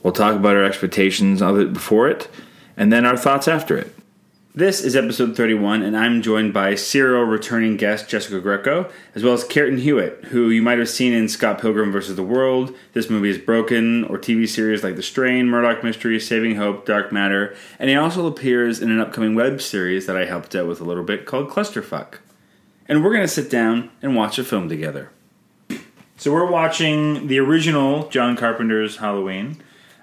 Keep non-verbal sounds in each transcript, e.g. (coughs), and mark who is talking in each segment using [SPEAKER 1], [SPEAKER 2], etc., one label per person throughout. [SPEAKER 1] We'll talk about our expectations of it before it, and then our thoughts after it.
[SPEAKER 2] This is episode 31, and I'm joined by serial returning guest Jessica Greco, as well as Kerton Hewitt, who you might have seen in Scott Pilgrim vs. the World, This Movie is Broken, or TV series like The Strain, Murdoch Mystery, Saving Hope, Dark Matter, and he also appears in an upcoming web series that I helped out with a little bit called Clusterfuck. And we're going to sit down and watch a film together. So we're watching the original John Carpenter's Halloween.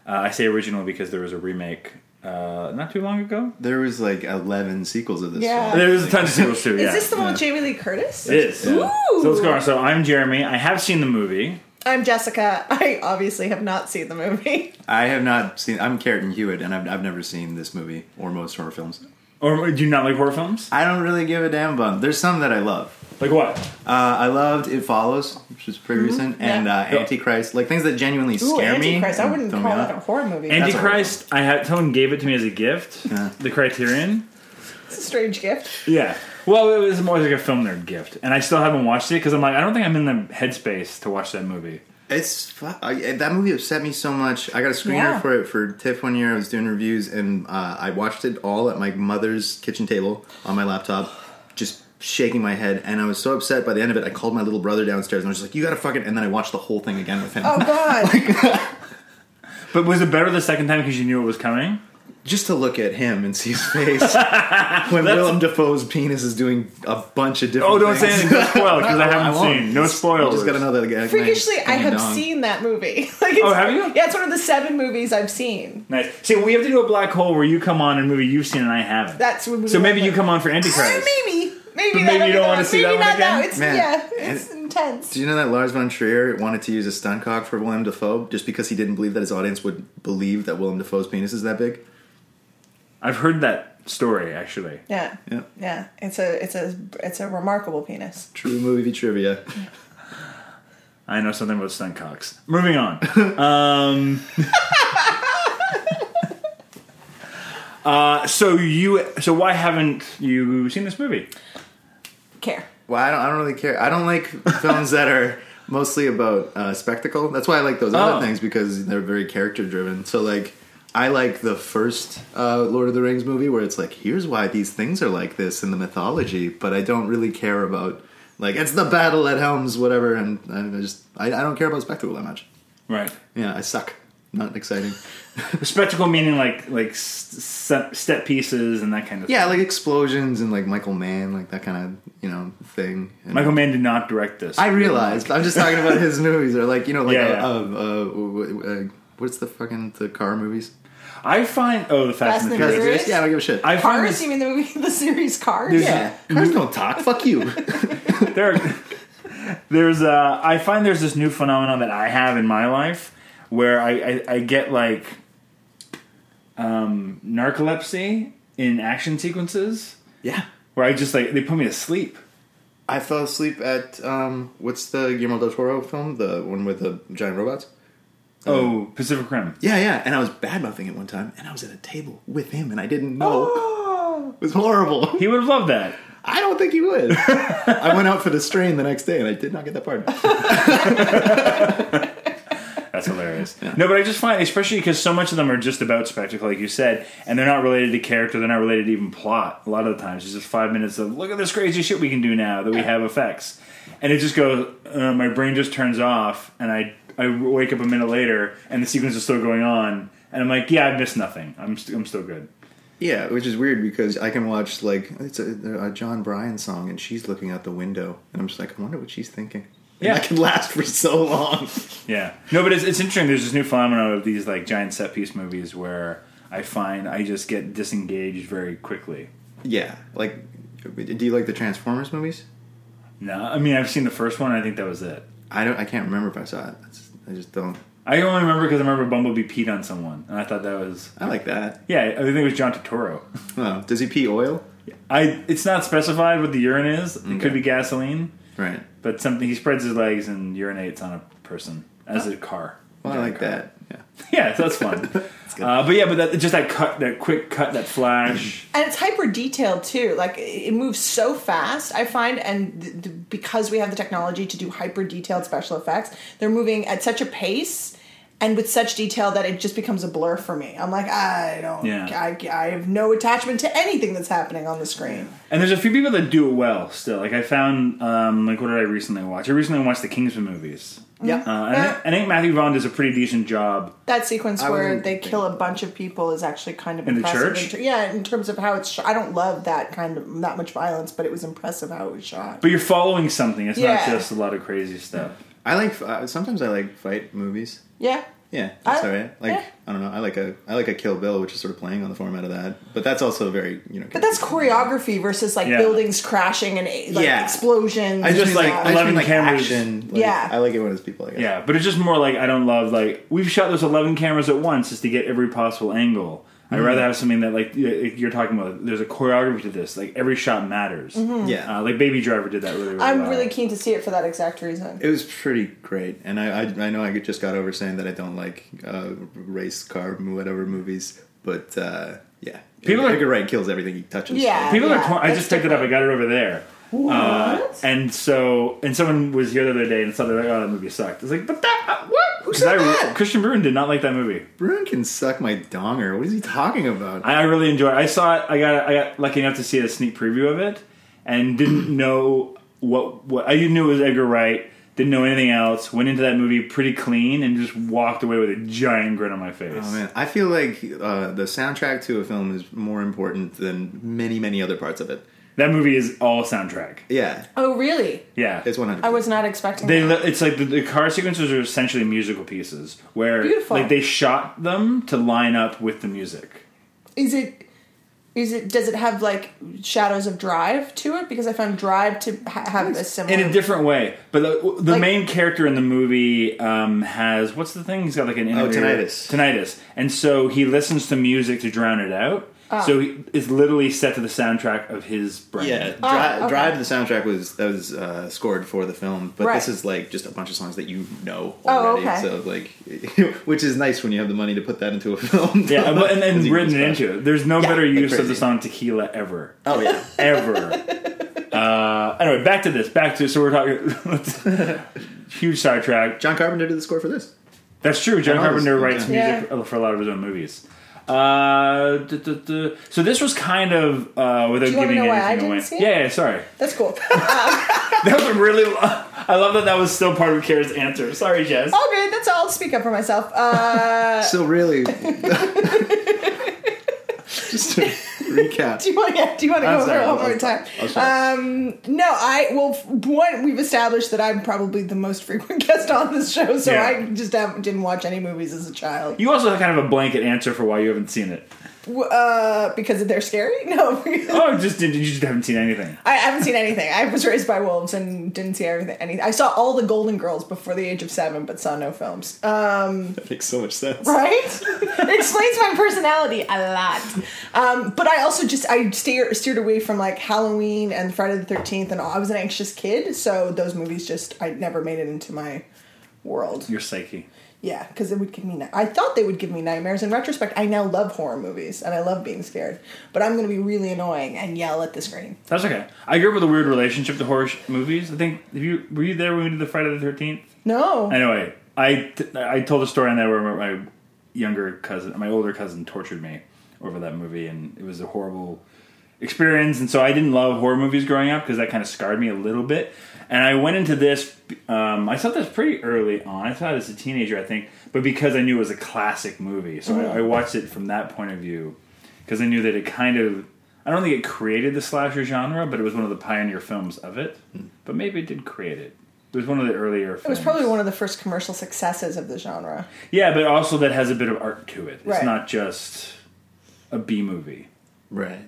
[SPEAKER 2] Uh, I say original because there was a remake uh, not too long ago.
[SPEAKER 3] There was like eleven sequels of this.
[SPEAKER 4] Yeah.
[SPEAKER 3] Film.
[SPEAKER 2] There's a ton of sequels too.
[SPEAKER 4] Is
[SPEAKER 2] Yeah,
[SPEAKER 4] this the one with Jamie Lee Curtis?
[SPEAKER 2] it is.
[SPEAKER 4] Ooh.
[SPEAKER 2] So let's go on. So I'm Jeremy. I have seen the movie.
[SPEAKER 4] I'm Jessica. (laughs) I obviously have not seen the
[SPEAKER 2] (laughs)
[SPEAKER 4] movie.
[SPEAKER 3] I have not seen. I'm Carrot and Hewitt, and I've, I've never seen this movie or most horror films.
[SPEAKER 2] Or do you not like horror films?
[SPEAKER 3] I don't really give a damn bum. There's some that I love.
[SPEAKER 2] Like what?
[SPEAKER 3] Uh, I loved It Follows, which was pretty recent, and uh,
[SPEAKER 2] Yeah.
[SPEAKER 3] Antichrist, like things that genuinely
[SPEAKER 4] Mm-hmm. Ooh,
[SPEAKER 3] scare me.
[SPEAKER 4] Antichrist. I
[SPEAKER 3] and
[SPEAKER 4] wouldn't
[SPEAKER 3] throw
[SPEAKER 4] call
[SPEAKER 3] me
[SPEAKER 4] that
[SPEAKER 3] off.
[SPEAKER 4] a horror movie.
[SPEAKER 3] That's a horror
[SPEAKER 2] Antichrist. I had someone gave it to me as a gift.
[SPEAKER 3] Yeah.
[SPEAKER 2] The Criterion.
[SPEAKER 4] It's a strange (laughs) gift.
[SPEAKER 2] Yeah. Well, it was more like a film nerd gift, and I still haven't watched it because I'm like, I don't think I'm in the headspace to watch that movie.
[SPEAKER 3] It's fu- I, eh, that movie upset me so much. I got a screener
[SPEAKER 4] Yeah.
[SPEAKER 3] for it for TIFF one year. I was doing reviews, and uh, I watched it all at my mother's kitchen table on my laptop, just shaking my head. And I was so upset by the end of it. I called my little brother downstairs, and I was just like, "You got to fucking." And then I watched the whole thing again with him.
[SPEAKER 4] Oh God.
[SPEAKER 2] But was it better the second time because you knew it was coming?
[SPEAKER 3] just to look at him and see his face
[SPEAKER 2] (laughs)
[SPEAKER 3] when Willem Dafoe's penis is doing a bunch of different.
[SPEAKER 2] Oh, don't say
[SPEAKER 3] things.
[SPEAKER 2] anything. Don't spoil (laughs)
[SPEAKER 3] (laughs)
[SPEAKER 2] because I haven't
[SPEAKER 3] won't.
[SPEAKER 2] seen. No spoilers.
[SPEAKER 3] Just got another guy.
[SPEAKER 4] Freakishly, I have
[SPEAKER 3] Dong.
[SPEAKER 4] seen that movie. (laughs) Like it's,
[SPEAKER 2] Oh, have you?
[SPEAKER 4] Yeah, it's one of the seven movies I've seen.
[SPEAKER 2] Nice. See, we have to do a black hole where you come on and a movie you've seen and I haven't.
[SPEAKER 4] That's what we
[SPEAKER 2] so maybe
[SPEAKER 4] like.
[SPEAKER 2] you come on for
[SPEAKER 4] Eh,
[SPEAKER 2] Antichrist.
[SPEAKER 4] Maybe,
[SPEAKER 2] But
[SPEAKER 4] maybe, that'll
[SPEAKER 2] maybe you
[SPEAKER 4] be
[SPEAKER 2] don't
[SPEAKER 4] the
[SPEAKER 2] wanna see that
[SPEAKER 4] Maybe
[SPEAKER 2] one
[SPEAKER 4] not
[SPEAKER 2] again?
[SPEAKER 4] now. It's
[SPEAKER 3] Man,
[SPEAKER 4] yeah, it's intense.
[SPEAKER 3] Do you know that Lars von Trier wanted to use a stunt cock for Willem Dafoe just because he didn't believe that his audience would believe that Willem Dafoe's penis is that big?
[SPEAKER 2] I've heard that story actually.
[SPEAKER 4] Yeah,
[SPEAKER 3] Yeah.
[SPEAKER 4] yeah. It's a, it's a, it's a remarkable penis.
[SPEAKER 3] True movie trivia.
[SPEAKER 2] I know something about stunt cocks. Moving (laughs) on. um, uh, so you, so why haven't you seen this movie?
[SPEAKER 4] Care.
[SPEAKER 3] Well, I don't, I don't really care. I don't like films that are mostly about uh, spectacle. That's why I like those
[SPEAKER 2] Oh.
[SPEAKER 3] other things because they're very character driven. So, like, I like the first uh, Lord of the Rings movie where it's like, here's why these things are like this in the mythology, but I don't really care about, like, it's the battle at Helm's, whatever, and I just, I, I don't care about spectacle that much.
[SPEAKER 2] Right.
[SPEAKER 3] Yeah, I suck. Not exciting.
[SPEAKER 2] Spectacle meaning like like s- s- step pieces and that kind of.
[SPEAKER 3] Yeah,
[SPEAKER 2] Thing.
[SPEAKER 3] like explosions and like Michael Mann, like that kind of, you know, thing. And-
[SPEAKER 2] Michael Mann did not direct this.
[SPEAKER 3] I realized. I'm just talking about his movies, or like you know, like
[SPEAKER 2] Yeah,
[SPEAKER 3] uh
[SPEAKER 2] yeah.
[SPEAKER 3] uh, uh, w- w- uh, what's the fucking the car movies?
[SPEAKER 2] I find oh the Fast, and the Furious.
[SPEAKER 4] Furious?
[SPEAKER 3] Yeah, I don't give a shit.
[SPEAKER 2] I find
[SPEAKER 4] Cars?
[SPEAKER 2] this,
[SPEAKER 4] You mean the movie, (laughs) the series Cars?
[SPEAKER 3] yeah, cars don't talk.
[SPEAKER 2] (laughs)
[SPEAKER 3] Fuck you.
[SPEAKER 2] there, there's uh, I find there's this new phenomenon that I have in my life where I, I, I get like um, narcolepsy in action sequences
[SPEAKER 3] yeah,
[SPEAKER 2] where I just like they put me to sleep.
[SPEAKER 3] I fell asleep at um, what's the Guillermo del Toro film, the one with the giant robots?
[SPEAKER 2] Oh, Pacific Rim.
[SPEAKER 3] Yeah, yeah. And I was bad mouthing it one time, and I was at a table with him, and I didn't know.
[SPEAKER 4] Oh,
[SPEAKER 3] It was horrible.
[SPEAKER 2] He would have loved that.
[SPEAKER 3] (laughs) I don't think he (laughs) would. I went out for the strain the next day, and I did not get that part.
[SPEAKER 2] That's hilarious. No, but I just find, especially because so much of them are just about spectacle, like you said, and they're not related to character. They're not related to even plot. A lot of the times, it's just five minutes of look at this crazy shit we can do now that we have effects, and it just goes. Uh, my brain just turns off, and I I wake up a minute later, and the sequence is still going on, and I'm like, yeah, I missed nothing. I'm st- I'm still good.
[SPEAKER 3] Yeah, which is weird because I can watch like it's a, a John Bryan song and she's looking out the window and I'm just like, I wonder what she's thinking. And
[SPEAKER 2] Yeah.
[SPEAKER 3] that can last for so long.
[SPEAKER 2] Yeah. No, but it's, it's interesting. There's this new phenomenon of these like giant set piece movies where I find I just get disengaged very quickly.
[SPEAKER 3] yeah, like, do you like the Transformers movies?
[SPEAKER 2] No, I mean I've seen the first one. I think that was it.
[SPEAKER 3] I don't. I can't remember if I saw it. That's, I just don't.
[SPEAKER 2] I only remember because I remember Bumblebee peed on someone, and I thought that was
[SPEAKER 3] I like that.
[SPEAKER 2] yeah. I think it was John Turturro. (laughs)
[SPEAKER 3] Oh, does he pee oil?
[SPEAKER 2] I it's not specified what the urine is. It could be gasoline,
[SPEAKER 3] Right.
[SPEAKER 2] but something he spreads his legs and urinates on a person as a car.
[SPEAKER 3] Oh. Well, I like that. Yeah.
[SPEAKER 2] Yeah, so that's
[SPEAKER 3] (laughs)
[SPEAKER 2] fun. uh, but yeah, but that, just that cut, that quick cut, that
[SPEAKER 3] (clears throat)
[SPEAKER 2] flash.
[SPEAKER 4] and it's hyper detailed too like it moves so fast i find and th- th- because we have the technology to do hyper detailed special effects they're moving at such a pace and with such detail that it just becomes a blur for me i'm like i don't
[SPEAKER 2] Yeah.
[SPEAKER 4] I, I have no attachment to anything that's happening on the screen
[SPEAKER 2] And there's a few people that do it well still. Like I found, um, like what did I recently watch? I recently watched the Kingsman movies.
[SPEAKER 3] Yeah.
[SPEAKER 2] Uh, and I, I think Matthew Vaughn does a pretty decent job.
[SPEAKER 4] that sequence
[SPEAKER 3] I
[SPEAKER 4] where
[SPEAKER 3] wouldn't
[SPEAKER 4] they
[SPEAKER 3] think-
[SPEAKER 4] kill a bunch of people is actually kind of
[SPEAKER 2] In the
[SPEAKER 4] impressive
[SPEAKER 2] church?
[SPEAKER 4] in ter- yeah in terms of how it's shot i don't love that kind of that much violence but it was impressive how it was shot
[SPEAKER 2] But you're following something. It's not
[SPEAKER 4] Yeah.
[SPEAKER 2] just a lot of crazy stuff.
[SPEAKER 3] I like. Uh, sometimes I like fight movies.
[SPEAKER 4] yeah
[SPEAKER 3] Yeah, that's
[SPEAKER 4] I-
[SPEAKER 3] all right. Like
[SPEAKER 4] yeah.
[SPEAKER 3] I don't know. I like a I like a Kill Bill, which is sort of playing on the format of that. But that's also very you know.
[SPEAKER 4] But that's choreography versus like
[SPEAKER 2] Yeah.
[SPEAKER 4] buildings crashing and like
[SPEAKER 3] Yeah.
[SPEAKER 4] explosions.
[SPEAKER 3] I just
[SPEAKER 4] and
[SPEAKER 3] like
[SPEAKER 4] stuff.
[SPEAKER 3] I just
[SPEAKER 2] 11
[SPEAKER 3] mean, like
[SPEAKER 2] cameras.
[SPEAKER 3] action. Like,
[SPEAKER 4] Yeah.
[SPEAKER 3] I like it when it's people. I guess.
[SPEAKER 2] Yeah, but it's just more like I don't love like we've shot those eleven cameras at once just to get every possible angle. I'd
[SPEAKER 4] Mm-hmm.
[SPEAKER 2] rather have something that like y- if you're talking about. There's a choreography to this. Like every shot matters.
[SPEAKER 3] yeah.
[SPEAKER 2] Uh, like Baby Driver did that really. really
[SPEAKER 4] Mm-hmm. I'm
[SPEAKER 2] well.
[SPEAKER 4] really keen to see it for that exact reason.
[SPEAKER 3] it was pretty great, and I, I I know I just got over saying that I don't like uh, race car mo- whatever movies, but uh, yeah,
[SPEAKER 2] People are-
[SPEAKER 3] Edgar Wright kills everything he touches.
[SPEAKER 4] Yeah.
[SPEAKER 2] People are.
[SPEAKER 4] Yeah,
[SPEAKER 2] Torn, I
[SPEAKER 4] that's
[SPEAKER 2] just picked it up. I got it over there. Uh, and so, and someone was here the other day and saw they're like, "Oh, that movie sucked." It's like, but that uh, what? Who I,
[SPEAKER 3] said that?
[SPEAKER 2] Christian Bruin did not like that movie.
[SPEAKER 3] Bruin can suck my donger. What is he talking about?
[SPEAKER 2] I, I really enjoyed. it. I saw it. I got. I got lucky enough to see a sneak preview of it, and
[SPEAKER 3] (clears throat)
[SPEAKER 2] didn't know what. What I knew it was Edgar Wright. Didn't know anything else. Went into that movie pretty clean and just walked away with a giant grin on my face.
[SPEAKER 3] Oh man, I feel like uh, the soundtrack to a film is more important than many many other parts of it.
[SPEAKER 2] That movie is all soundtrack.
[SPEAKER 3] Yeah,
[SPEAKER 4] Oh, really?
[SPEAKER 2] Yeah,
[SPEAKER 3] it's one hundred.
[SPEAKER 4] I was not expecting
[SPEAKER 2] They
[SPEAKER 4] that.
[SPEAKER 2] li- it's like the, the car sequences are essentially musical pieces where
[SPEAKER 4] Beautiful.
[SPEAKER 2] like they shot them to line up with the music.
[SPEAKER 4] is it? Is it? Does it have like shadows of Drive to it? Because I found Drive to ha- have a similar.
[SPEAKER 2] In a different way, but the, the
[SPEAKER 4] Um, Like-
[SPEAKER 2] main character in the movie um, has what's the thing? He's got like an
[SPEAKER 3] Oh,
[SPEAKER 2] inner-
[SPEAKER 3] tinnitus.
[SPEAKER 2] tinnitus, and so he listens to music to drown it out. So he, it's literally set to the soundtrack of his brain.
[SPEAKER 3] Yeah, Dri-
[SPEAKER 4] Ah, okay.
[SPEAKER 3] Drive. The soundtrack was that was uh, scored for the film, but
[SPEAKER 4] Right.
[SPEAKER 3] this is like just a bunch of songs that you know
[SPEAKER 4] Oh,
[SPEAKER 3] already.
[SPEAKER 4] okay.
[SPEAKER 3] So like, (laughs) which is nice when you have the money to put that into a (laughs) film.
[SPEAKER 2] Yeah, but- and
[SPEAKER 3] Because
[SPEAKER 2] then
[SPEAKER 3] you can
[SPEAKER 2] written
[SPEAKER 3] just-
[SPEAKER 2] into it. There's no better
[SPEAKER 3] like
[SPEAKER 2] use of
[SPEAKER 3] crazy.
[SPEAKER 2] the song "Tequila" ever.
[SPEAKER 3] Oh yeah,
[SPEAKER 2] ever. uh, anyway, back to this. Back to so we're talking (laughs) huge sidetrack.
[SPEAKER 3] John Carpenter did the score for this.
[SPEAKER 2] That's true. John
[SPEAKER 3] And all
[SPEAKER 2] Carpenter
[SPEAKER 3] those
[SPEAKER 2] writes
[SPEAKER 3] things,
[SPEAKER 4] yeah.
[SPEAKER 2] music for a lot of his own movies. Uh, duh, duh, duh. so this was kind of uh, without
[SPEAKER 4] Do you wanna
[SPEAKER 2] giving
[SPEAKER 4] know why I
[SPEAKER 2] anything
[SPEAKER 4] didn't
[SPEAKER 2] away.
[SPEAKER 4] see it?
[SPEAKER 2] Yeah, yeah, sorry. (laughs)
[SPEAKER 4] That's cool. (laughs)
[SPEAKER 2] That was really. lo- (laughs) I love that that was still part of Kara's answer. Sorry, Jess.
[SPEAKER 4] All good. That's all. I'll speak up for myself. Uh, (laughs)
[SPEAKER 3] So really, (laughs) just to recap.
[SPEAKER 4] (laughs) do you want? Yeah, do you want to
[SPEAKER 3] I'm
[SPEAKER 4] go over
[SPEAKER 3] sorry,
[SPEAKER 4] it one
[SPEAKER 3] I'll-
[SPEAKER 4] more time? Um,
[SPEAKER 3] I'll shut up.
[SPEAKER 4] No, I well, f- one we've established that I'm probably the most frequent (laughs) guest on this show, so
[SPEAKER 2] Yeah.
[SPEAKER 4] I just haven't, didn't watch any movies as a child
[SPEAKER 2] You also have kind of a blanket answer for why you haven't seen it.
[SPEAKER 4] W- uh, because they're scary. (laughs) No, because
[SPEAKER 2] Oh, just you just haven't seen anything.
[SPEAKER 4] I haven't seen anything. I was raised by wolves and didn't see everything. Any, I saw all the Golden Girls before the age of seven, but saw no films. (laughs) Uh,
[SPEAKER 3] That makes so much sense.
[SPEAKER 4] right? it explains my personality a lot. Um, but I also just I steer, steered away from like Halloween and Friday the Thirteenth, and all. I was an anxious kid, so those movies just I never made it into my world.
[SPEAKER 2] Your psyche.
[SPEAKER 4] Yeah, because it would give me. ni- I thought they would give me nightmares. In retrospect, I now love horror movies and I love being scared. But I'm going to be really annoying and yell at the screen.
[SPEAKER 2] That's okay. I grew up with a weird relationship to horror sh- movies. I think have you were you there when we did the Friday the Thirteenth?
[SPEAKER 4] No,
[SPEAKER 2] Anyway, I t- I told a story on that where my younger cousin, my older cousin, tortured me over that movie, and it was a horrible experience. And so I didn't love horror movies growing up because that kind of scarred me a little bit. And I went into this. Um, I saw this pretty early on. I saw it as a teenager, I think, but because I knew it was a classic movie, so I, I
[SPEAKER 4] Mm-hmm.
[SPEAKER 2] watched it from that point of view because I knew that it kind of. I don't think it created the slasher genre, but it was one of the pioneer films of it. But maybe it did create it. It was one of the earlier.
[SPEAKER 4] Mm. it was probably one of the first commercial successes of the genre.
[SPEAKER 2] Yeah, but also that has a bit of art to it. It's
[SPEAKER 4] Right.
[SPEAKER 2] not just a B movie.
[SPEAKER 3] Right.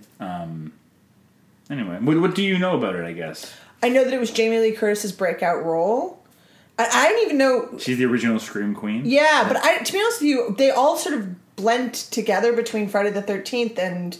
[SPEAKER 2] Anyway, what, what do you know about it? I guess
[SPEAKER 4] I know that it was Jamie Lee Curtis's breakout role, I, I don't even know.
[SPEAKER 2] She's the original Scream Queen.
[SPEAKER 4] Yeah, but I, to be honest with you, they all sort of blend together between Friday the Thirteenth and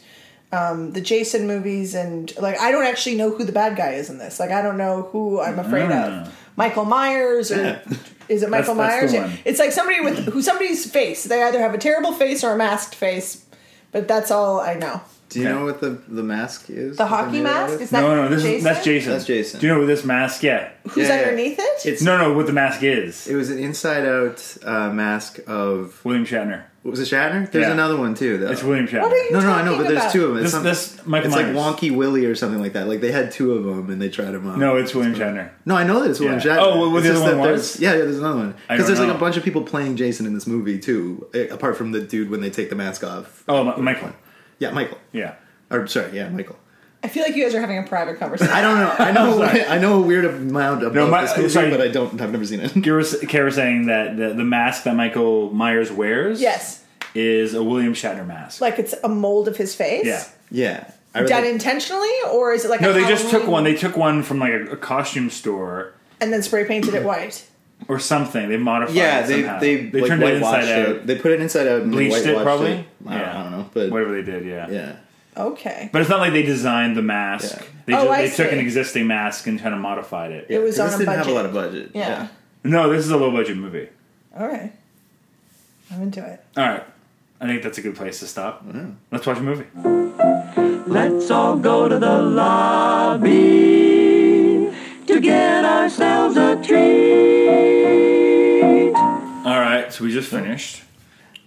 [SPEAKER 4] um, the Jason movies, and like I don't actually know who the bad guy is in this. Like I don't know who I'm afraid
[SPEAKER 2] Ah.
[SPEAKER 4] of. Michael Myers or is it Michael
[SPEAKER 2] that's the
[SPEAKER 4] Myers? Yeah.
[SPEAKER 2] one.
[SPEAKER 4] It's like somebody with who somebody's face. They either have a terrible face or a masked face, but that's all I know.
[SPEAKER 3] Do you
[SPEAKER 2] Okay.
[SPEAKER 3] know what the, the mask is?
[SPEAKER 4] The
[SPEAKER 3] that they're
[SPEAKER 4] hockey
[SPEAKER 3] made out
[SPEAKER 4] mask
[SPEAKER 3] of?
[SPEAKER 4] is that
[SPEAKER 2] No, no, this
[SPEAKER 4] Jason?
[SPEAKER 2] is that's Jason.
[SPEAKER 3] That's Jason.
[SPEAKER 2] Do you know what this mask? Yeah.
[SPEAKER 4] Who's
[SPEAKER 3] Yeah, yeah.
[SPEAKER 4] underneath it?
[SPEAKER 3] It's
[SPEAKER 2] No, no, what the mask is.
[SPEAKER 3] It was an inside out uh, mask of.
[SPEAKER 2] William Shatner.
[SPEAKER 3] Was it Shatner? There's
[SPEAKER 2] Yeah.
[SPEAKER 3] another one too, though.
[SPEAKER 2] It's William Shatner.
[SPEAKER 4] what are you
[SPEAKER 3] no, no, I
[SPEAKER 4] talking
[SPEAKER 3] know, but
[SPEAKER 4] about?
[SPEAKER 3] there's two of them.
[SPEAKER 2] This,
[SPEAKER 3] It's, some-
[SPEAKER 2] this Michael
[SPEAKER 3] it's like
[SPEAKER 2] Myers.
[SPEAKER 3] Wonky Willie or something like that. Like they had two of them and they tried them out.
[SPEAKER 2] No, it's William Shatner.
[SPEAKER 3] No, I know that it's William
[SPEAKER 2] Yeah.
[SPEAKER 3] Shatner.
[SPEAKER 2] Oh, what- what
[SPEAKER 3] It's
[SPEAKER 2] the
[SPEAKER 3] just
[SPEAKER 2] other
[SPEAKER 3] that
[SPEAKER 2] one
[SPEAKER 3] there's-
[SPEAKER 2] was?
[SPEAKER 3] Yeah, yeah, there's another one.
[SPEAKER 2] I
[SPEAKER 3] Because
[SPEAKER 2] don't
[SPEAKER 3] there's like
[SPEAKER 2] know.
[SPEAKER 3] a bunch of people playing Jason in this movie too, eh, apart from the dude when they take the mask off.
[SPEAKER 2] Oh, Mi- Michael.
[SPEAKER 3] Yeah, Michael.
[SPEAKER 2] Yeah.
[SPEAKER 3] Or sorry, yeah, Michael.
[SPEAKER 4] I feel like you guys are having a private
[SPEAKER 2] (laughs)
[SPEAKER 4] conversation.
[SPEAKER 3] I don't know. I know. I know a weird amount about
[SPEAKER 2] my-
[SPEAKER 3] this movie,
[SPEAKER 2] sorry.
[SPEAKER 3] but I don't. I've never seen it. (laughs)
[SPEAKER 2] You were s- Kara was saying that the, the mask that Michael Myers wears
[SPEAKER 4] yes,
[SPEAKER 2] is a William Shatner mask.
[SPEAKER 4] like it's a mold of his face.
[SPEAKER 2] yeah.
[SPEAKER 3] yeah, I
[SPEAKER 4] Done
[SPEAKER 3] really-
[SPEAKER 4] intentionally, or is it like
[SPEAKER 2] No,
[SPEAKER 4] a
[SPEAKER 2] they just took
[SPEAKER 4] Halloween-
[SPEAKER 2] one. They took one from like a, a costume store
[SPEAKER 4] and then spray painted
[SPEAKER 2] (clears throat)
[SPEAKER 4] it white.
[SPEAKER 2] or something. They modified
[SPEAKER 3] Yeah,
[SPEAKER 2] it
[SPEAKER 3] they
[SPEAKER 2] somehow.
[SPEAKER 3] they, like,
[SPEAKER 2] turned it inside
[SPEAKER 3] whitewashed
[SPEAKER 2] out.
[SPEAKER 3] They put it inside out and they
[SPEAKER 2] Bleached it
[SPEAKER 3] whitewashed
[SPEAKER 2] probably?
[SPEAKER 3] I, don't,
[SPEAKER 2] Yeah.
[SPEAKER 3] I don't know, but
[SPEAKER 2] Whatever they did, yeah.
[SPEAKER 3] yeah,
[SPEAKER 4] Okay,
[SPEAKER 2] But it's not like they designed the mask.
[SPEAKER 3] Yeah.
[SPEAKER 2] They,
[SPEAKER 4] Oh,
[SPEAKER 2] ju-
[SPEAKER 4] I
[SPEAKER 2] they took
[SPEAKER 4] see.
[SPEAKER 2] an existing mask and kind of modified it.
[SPEAKER 4] It was
[SPEAKER 3] This
[SPEAKER 4] on a
[SPEAKER 3] didn't have a
[SPEAKER 4] budget.
[SPEAKER 3] lot of budget.
[SPEAKER 4] Yeah.
[SPEAKER 2] No, this is a low budget movie.
[SPEAKER 4] all right, I'm into it.
[SPEAKER 2] All right. I think that's a good place to stop. Let's watch a movie.
[SPEAKER 5] Let's all go to the lobby to get ourselves a treat.
[SPEAKER 2] All right, so we just finished.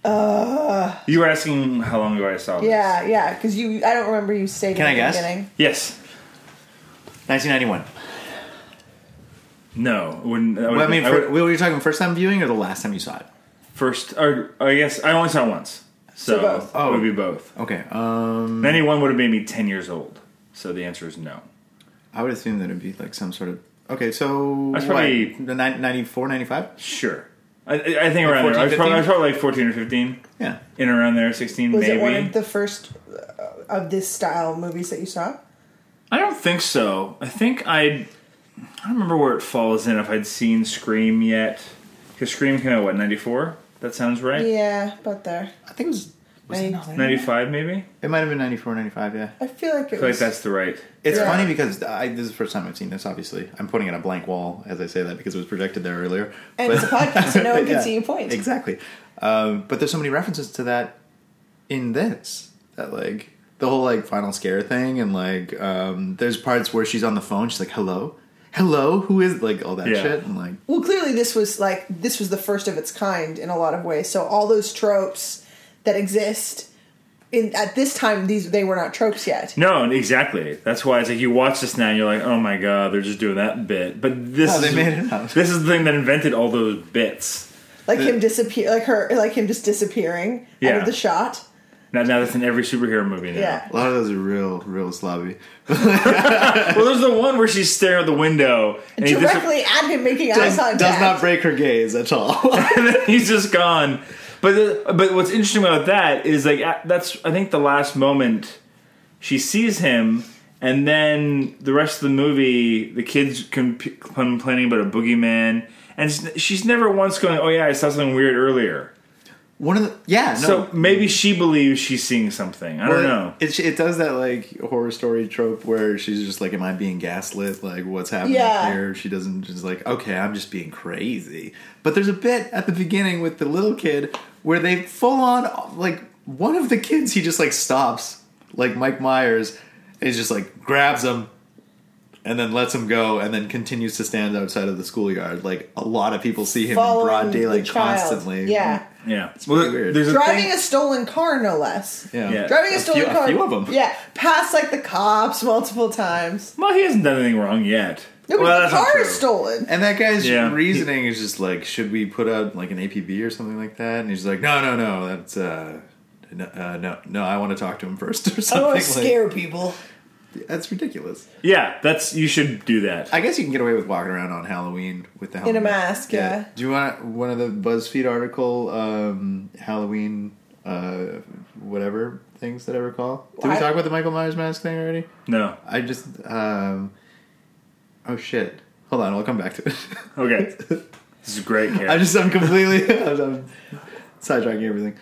[SPEAKER 2] Uh, you were asking how long ago I saw this.
[SPEAKER 4] Yeah, yeah, because you, I don't remember you stating.
[SPEAKER 3] Can I
[SPEAKER 4] at the
[SPEAKER 3] guess?
[SPEAKER 4] Beginning.
[SPEAKER 2] Yes.
[SPEAKER 3] 1991.
[SPEAKER 2] No. it Wouldn't, I, would,
[SPEAKER 3] Well, I mean,
[SPEAKER 2] I
[SPEAKER 3] for,
[SPEAKER 2] would-
[SPEAKER 3] were you talking first time viewing or the last time you saw it?
[SPEAKER 2] first, or, or I guess I only saw it once. So,
[SPEAKER 4] So both.
[SPEAKER 2] it would be
[SPEAKER 3] oh.
[SPEAKER 2] both.
[SPEAKER 3] Okay, um,
[SPEAKER 2] 91 would have made me 10 years old. So the answer is no.
[SPEAKER 3] I would assume that it'd be like some sort of. Okay, so
[SPEAKER 2] That's probably-
[SPEAKER 3] what, the ni- 94, 95?
[SPEAKER 2] Sure. I, I I think around there. I was,
[SPEAKER 3] 14,
[SPEAKER 2] probably, I was probably like 14 or 15.
[SPEAKER 3] Yeah,
[SPEAKER 2] In and around there, 16
[SPEAKER 4] Was
[SPEAKER 2] maybe.
[SPEAKER 4] it one of the first uh, of this style movies that you saw?
[SPEAKER 2] I don't think so. I think I. I don't remember where it falls in if I'd seen Scream yet. Because Scream came out, what, 94? That sounds right?
[SPEAKER 4] Yeah, about there.
[SPEAKER 3] I think it was. was it,
[SPEAKER 4] Nin-
[SPEAKER 2] 95 maybe?
[SPEAKER 3] it might have been 94, 95, Yeah,
[SPEAKER 4] I feel like
[SPEAKER 2] I feel
[SPEAKER 4] it
[SPEAKER 2] like
[SPEAKER 4] was.
[SPEAKER 2] that's the right.
[SPEAKER 3] it's
[SPEAKER 4] Yeah.
[SPEAKER 3] funny because I, this is the first time I've seen this. Obviously, I'm pointing at a blank wall as I say that because it was projected there earlier.
[SPEAKER 4] and
[SPEAKER 2] (laughs)
[SPEAKER 4] it's a podcast, so
[SPEAKER 3] (laughs)
[SPEAKER 4] no one can
[SPEAKER 3] Yeah,
[SPEAKER 4] see you point.
[SPEAKER 3] Exactly. Um, but there's so many references to that in this. That like the whole like final scare thing and like um, there's parts where she's on the phone, she's like, Hello? Hello? Who is like all that
[SPEAKER 2] Yeah.
[SPEAKER 3] shit? And like
[SPEAKER 4] Well, clearly this was like this was the first of its kind in a lot of ways. So all those tropes that exist in at this time, these they were not tropes yet.
[SPEAKER 2] No, exactly. That's why it's like you watch this now and you're like, oh my god, they're just doing that bit. But this
[SPEAKER 3] No, they
[SPEAKER 2] is,
[SPEAKER 3] made it up.
[SPEAKER 2] This is the thing that invented all those bits.
[SPEAKER 4] Like him disappear, like her, like him just disappearing out
[SPEAKER 2] Yeah.
[SPEAKER 4] of the shot.
[SPEAKER 2] Now, now that's in every superhero movie now.
[SPEAKER 4] Yeah.
[SPEAKER 3] a lot of those are real, real slobby.
[SPEAKER 2] Well, there's the one where she's staring out the window and he dis-
[SPEAKER 4] Directly at him making eye
[SPEAKER 3] Does,
[SPEAKER 4] contact.
[SPEAKER 3] does not break her gaze at all.
[SPEAKER 2] (laughs)
[SPEAKER 3] (laughs)
[SPEAKER 2] and then he's just gone. But the, but what's interesting about that is like at- that's I think the last moment she sees him, and then the rest of the movie, the kids comp- complaining about a boogeyman, and s- she's never once going, "Oh yeah, I saw something weird earlier."
[SPEAKER 3] One of the yeah, no.
[SPEAKER 2] So maybe she believes she's seeing something. I don't know.
[SPEAKER 3] It, it does that like horror story trope where she's just like, "Am I being gaslit? Like, what's happening
[SPEAKER 4] Yeah.
[SPEAKER 3] here?" She doesn't just like, "Okay, I'm just being crazy." But there's a bit at the beginning with the little kid where they full on like one of the kids. He just like stops, like Mike Myers, and he's just like grabs him. And then lets him go, and then continues to stand outside of the schoolyard. Like a lot of people see him in
[SPEAKER 4] Following
[SPEAKER 3] broad
[SPEAKER 4] the
[SPEAKER 3] daylight
[SPEAKER 4] child.
[SPEAKER 3] constantly.
[SPEAKER 4] Yeah.
[SPEAKER 2] Yeah, it's
[SPEAKER 3] pretty weird.
[SPEAKER 2] There's a
[SPEAKER 4] Driving
[SPEAKER 2] thing-
[SPEAKER 4] a stolen car, no less.
[SPEAKER 3] yeah,
[SPEAKER 2] Yeah.
[SPEAKER 4] Driving a,
[SPEAKER 3] A
[SPEAKER 4] stolen
[SPEAKER 3] few- a
[SPEAKER 4] car.
[SPEAKER 3] few of 'em.
[SPEAKER 4] Yeah. Past like the cops multiple times.
[SPEAKER 2] well, he hasn't done anything wrong yet.
[SPEAKER 4] No, but
[SPEAKER 2] well,
[SPEAKER 4] the
[SPEAKER 2] that's not
[SPEAKER 4] car
[SPEAKER 2] true.
[SPEAKER 4] is
[SPEAKER 3] (laughs)
[SPEAKER 4] stolen.
[SPEAKER 3] And that guy's
[SPEAKER 2] Yeah.
[SPEAKER 3] reasoning is just like, should we put out like an APB or something like that? And he's like, no, no, no, that's uh, no, uh, no, no, I want to talk to him (laughs) first or
[SPEAKER 4] I
[SPEAKER 3] something.
[SPEAKER 4] don't want
[SPEAKER 3] like-
[SPEAKER 4] to scare people.
[SPEAKER 3] That's ridiculous.
[SPEAKER 2] Yeah, that's you should do that.
[SPEAKER 3] I guess you can get away with walking around on Halloween with the
[SPEAKER 4] a
[SPEAKER 3] Halloween.
[SPEAKER 4] mask, yeah.
[SPEAKER 3] Do you want one of the BuzzFeed article um, Halloween uh, whatever things that I recall? Did we
[SPEAKER 4] I-
[SPEAKER 3] talk about the Michael Myers mask thing already?
[SPEAKER 2] No,
[SPEAKER 3] I just um, oh shit. Hold on, I'll come back to it. (laughs)
[SPEAKER 2] okay. This is great, Karen.
[SPEAKER 3] I just I'm completely (laughs) I'm, I'm sidetracking everything.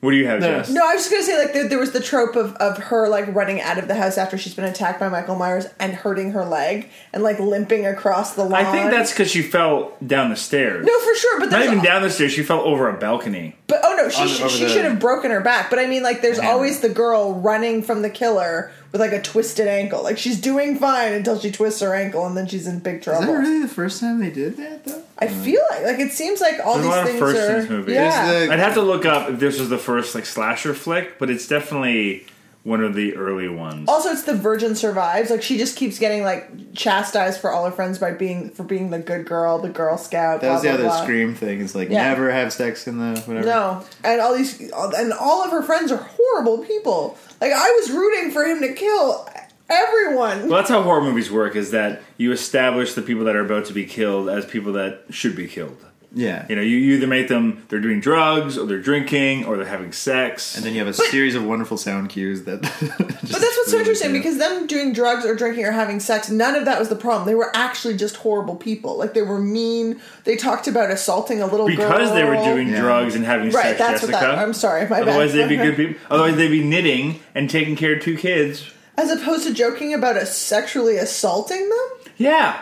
[SPEAKER 2] what do you have,
[SPEAKER 3] No, no.
[SPEAKER 2] Jess?
[SPEAKER 4] No, I was just gonna say like there, there was the trope of, of her like running out of the house after she's been attacked by Michael Myers and hurting her leg and like limping across the lawn.
[SPEAKER 2] I think that's because she fell down the stairs.
[SPEAKER 4] no for sure,
[SPEAKER 2] Not
[SPEAKER 4] but there's
[SPEAKER 2] even down the stairs. She fell over a balcony.
[SPEAKER 4] but oh no, she
[SPEAKER 3] On-
[SPEAKER 4] sh-
[SPEAKER 3] over
[SPEAKER 4] she
[SPEAKER 3] the-
[SPEAKER 4] should have broken her back. But I mean like there's
[SPEAKER 2] Hammer.
[SPEAKER 4] always the girl running from the killer with like a twisted ankle. Like she's doing fine until she twists her ankle and then she's in big
[SPEAKER 3] Is
[SPEAKER 4] trouble.
[SPEAKER 3] that really the first time they did that though?
[SPEAKER 4] I feel like like it seems like all
[SPEAKER 2] There's a
[SPEAKER 4] these
[SPEAKER 2] lot of
[SPEAKER 4] things
[SPEAKER 2] firsts in
[SPEAKER 4] are
[SPEAKER 2] this movie.
[SPEAKER 4] yeah.
[SPEAKER 3] There's
[SPEAKER 2] I'd have to look up if this was the first like slasher flick, but it's definitely one of the early ones.
[SPEAKER 4] also, it's the virgin survives. Like she just keeps getting like chastised for all her friends by being for being the good girl, the Girl Scout.
[SPEAKER 3] That was
[SPEAKER 4] blah,
[SPEAKER 3] the other
[SPEAKER 4] blah, blah.
[SPEAKER 3] scream thing. It's like
[SPEAKER 4] Yeah.
[SPEAKER 3] never have sex in the whatever.
[SPEAKER 4] No, and all these, all- and all of her friends are horrible people. Like I was rooting for him to kill everyone.
[SPEAKER 2] Well, that's how horror movies work: is that you establish the people that are about to be killed as people that should be killed.
[SPEAKER 3] Yeah.
[SPEAKER 2] You know, you, you either make them they're doing drugs or they're drinking or they're having sex.
[SPEAKER 3] and then you have a series of wonderful sound cues that. (laughs)
[SPEAKER 4] But that's what's so interesting because them doing drugs or drinking or having sex, none of that was the problem. They were actually just horrible people. Like they were mean. They talked about assaulting a little girl
[SPEAKER 2] because they were doing
[SPEAKER 3] Yeah.
[SPEAKER 2] drugs and having
[SPEAKER 4] Right,
[SPEAKER 2] sex,
[SPEAKER 4] that's what
[SPEAKER 2] Jessica.
[SPEAKER 4] that- I'm sorry, my bad.
[SPEAKER 2] Otherwise, they'd
[SPEAKER 4] (laughs)
[SPEAKER 2] be good people. Otherwise, they'd be knitting and taking care of two kids.
[SPEAKER 4] as opposed to joking about us sexually assaulting them.
[SPEAKER 2] Yeah,